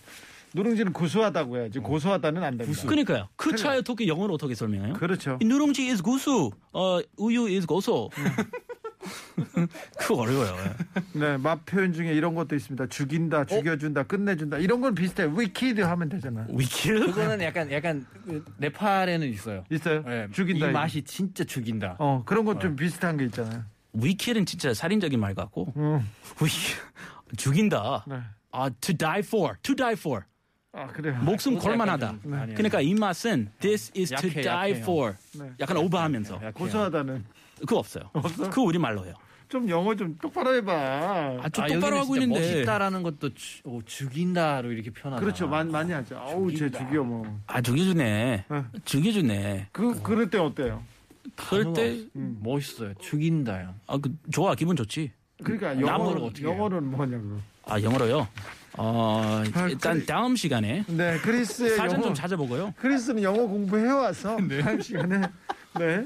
Speaker 3: 누룽지는 구수하다고 해야지. 고소하다는 안 된다.
Speaker 6: 그러니까요. 그 차의 토끼 영어로 어떻게 설명해요?
Speaker 3: 그렇죠.
Speaker 6: 이 누룽지 is 구수, 어, 우유 is 고소. 그거 어려워요.
Speaker 3: 네, 맛 표현 중에 이런 것도 있습니다. 죽인다, 죽여준다, 끝내준다. 이런 건 비슷해. 위키드 하면 되잖아.
Speaker 6: 위키를
Speaker 7: 그거는 약간 약간 그 네팔에는 있어요.
Speaker 3: 있어요?
Speaker 7: 예,
Speaker 3: 죽인다.
Speaker 7: 이
Speaker 3: 이거.
Speaker 7: 맛이 진짜 죽인다.
Speaker 3: 어, 그런 것 좀 비슷한 게 있잖아요.
Speaker 6: 위킬은 진짜 살인적인 말 같고
Speaker 3: 음.
Speaker 6: 위 죽인다.
Speaker 3: 네.
Speaker 6: 아 to die for, to die for
Speaker 3: 아, 그래요.
Speaker 6: 목숨
Speaker 7: 그것도
Speaker 6: 걸만하다.
Speaker 7: 약간 좀- 예. 아니에요.
Speaker 6: 그러니까 이 맛은 this is to
Speaker 7: 약해,
Speaker 6: die
Speaker 7: 약해요.
Speaker 6: for.
Speaker 3: 네.
Speaker 6: 약간 오버하면서
Speaker 7: 약해요.
Speaker 3: 고소하다는.
Speaker 6: 그거 없어요. 그거 우리 말로 해요.
Speaker 3: 좀 영어 좀 똑바로 해봐.
Speaker 6: 아, 좀
Speaker 7: 아,
Speaker 6: 똑바로
Speaker 7: 여기는
Speaker 6: 하고
Speaker 7: 진짜
Speaker 6: 있는데
Speaker 7: 멋있다라는 것도 주- 오, 죽인다로 이렇게 표현하다.
Speaker 3: 그렇죠. 많, 많이 하죠. 아우, 쟤 죽여, 뭐.
Speaker 6: 아 죽여주네,
Speaker 3: 네.
Speaker 6: 죽여주네.
Speaker 3: 그, 그럴 때 어때요?
Speaker 7: 아,
Speaker 6: 그럴 때
Speaker 7: 음, 멋있어요. 죽인다요.
Speaker 6: 아, 그, 좋아 기분 좋지.
Speaker 3: 그러니까
Speaker 7: 영어는
Speaker 3: 영어는
Speaker 7: 어떻게 해요?
Speaker 3: 영어는 뭐냐고.
Speaker 6: 아 영어로요. 어,
Speaker 7: 아,
Speaker 6: 일단
Speaker 7: 그
Speaker 6: 다음 시간에
Speaker 3: 네,
Speaker 7: 예,
Speaker 3: 크리스의
Speaker 6: 사전
Speaker 3: 영어.
Speaker 6: 좀 찾아보고요.
Speaker 3: 크리스는 영어 공부해 와서 다음 시간에 네.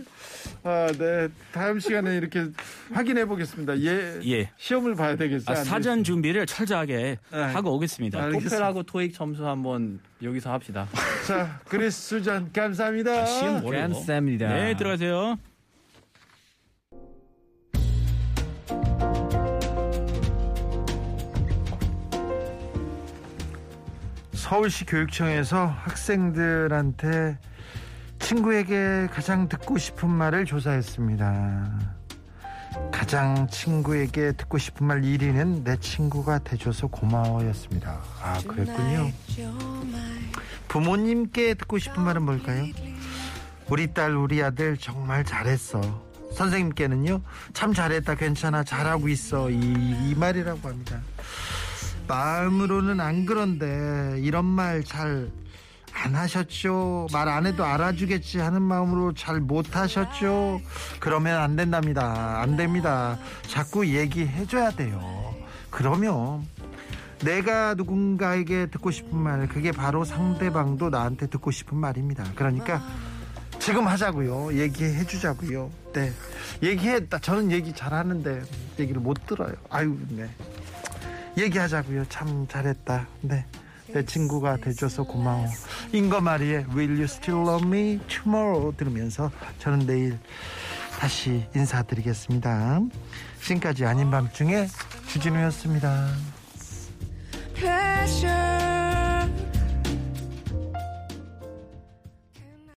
Speaker 3: 아, 네. 다음 시간에 이렇게 확인해 보겠습니다. 예.
Speaker 6: 예.
Speaker 3: 시험을 봐야 되겠어요.
Speaker 6: 아,
Speaker 3: 안
Speaker 6: 사전 준비를 철저하게
Speaker 3: 네.
Speaker 6: 하고 오겠습니다.
Speaker 3: 알겠습니다.
Speaker 7: 토펠하고 토익 점수 한번 여기서 합시다.
Speaker 3: 되겠어요? 자, 크리스 수잔 감사합니다.
Speaker 6: 아, 시험 모르고.
Speaker 7: 감사합니다.
Speaker 6: 네 들어가세요.
Speaker 3: 서울시 교육청에서 학생들한테 친구에게 가장 듣고 싶은 말을 조사했습니다. 가장 친구에게 듣고 싶은 말 1위는 내 친구가 돼줘서 고마워였습니다. 아 그랬군요. 부모님께 듣고 싶은 말은 뭘까요? 우리 딸 우리 아들 정말 잘했어. 선생님께는요 참 잘했다 괜찮아 잘하고 있어 이, 이 말이라고 합니다. 마음으로는 안 그런데 이런 말 잘 안 하셨죠? 말 안 해도 알아주겠지 하는 마음으로 잘 못 하셨죠? 그러면 안 된답니다. 안 됩니다. 자꾸 얘기해줘야 돼요. 그러면 내가 누군가에게 듣고 싶은 말, 그게 바로 상대방도 나한테 듣고 싶은 말입니다. 그러니까 지금 하자고요. 얘기해 주자고요. 네. 얘기했다. 저는 얘기 잘하는데 얘기를 못 들어요. 아유, 네. 얘기하자고요. 참 잘했다. 네. 내 친구가 돼줘서 고마워. 인거 마리의 Will You Still Love Me Tomorrow 들으면서 저는 내일 다시 인사드리겠습니다. 지금까지 아닌 밤중에 주진우였습니다.
Speaker 8: Pressure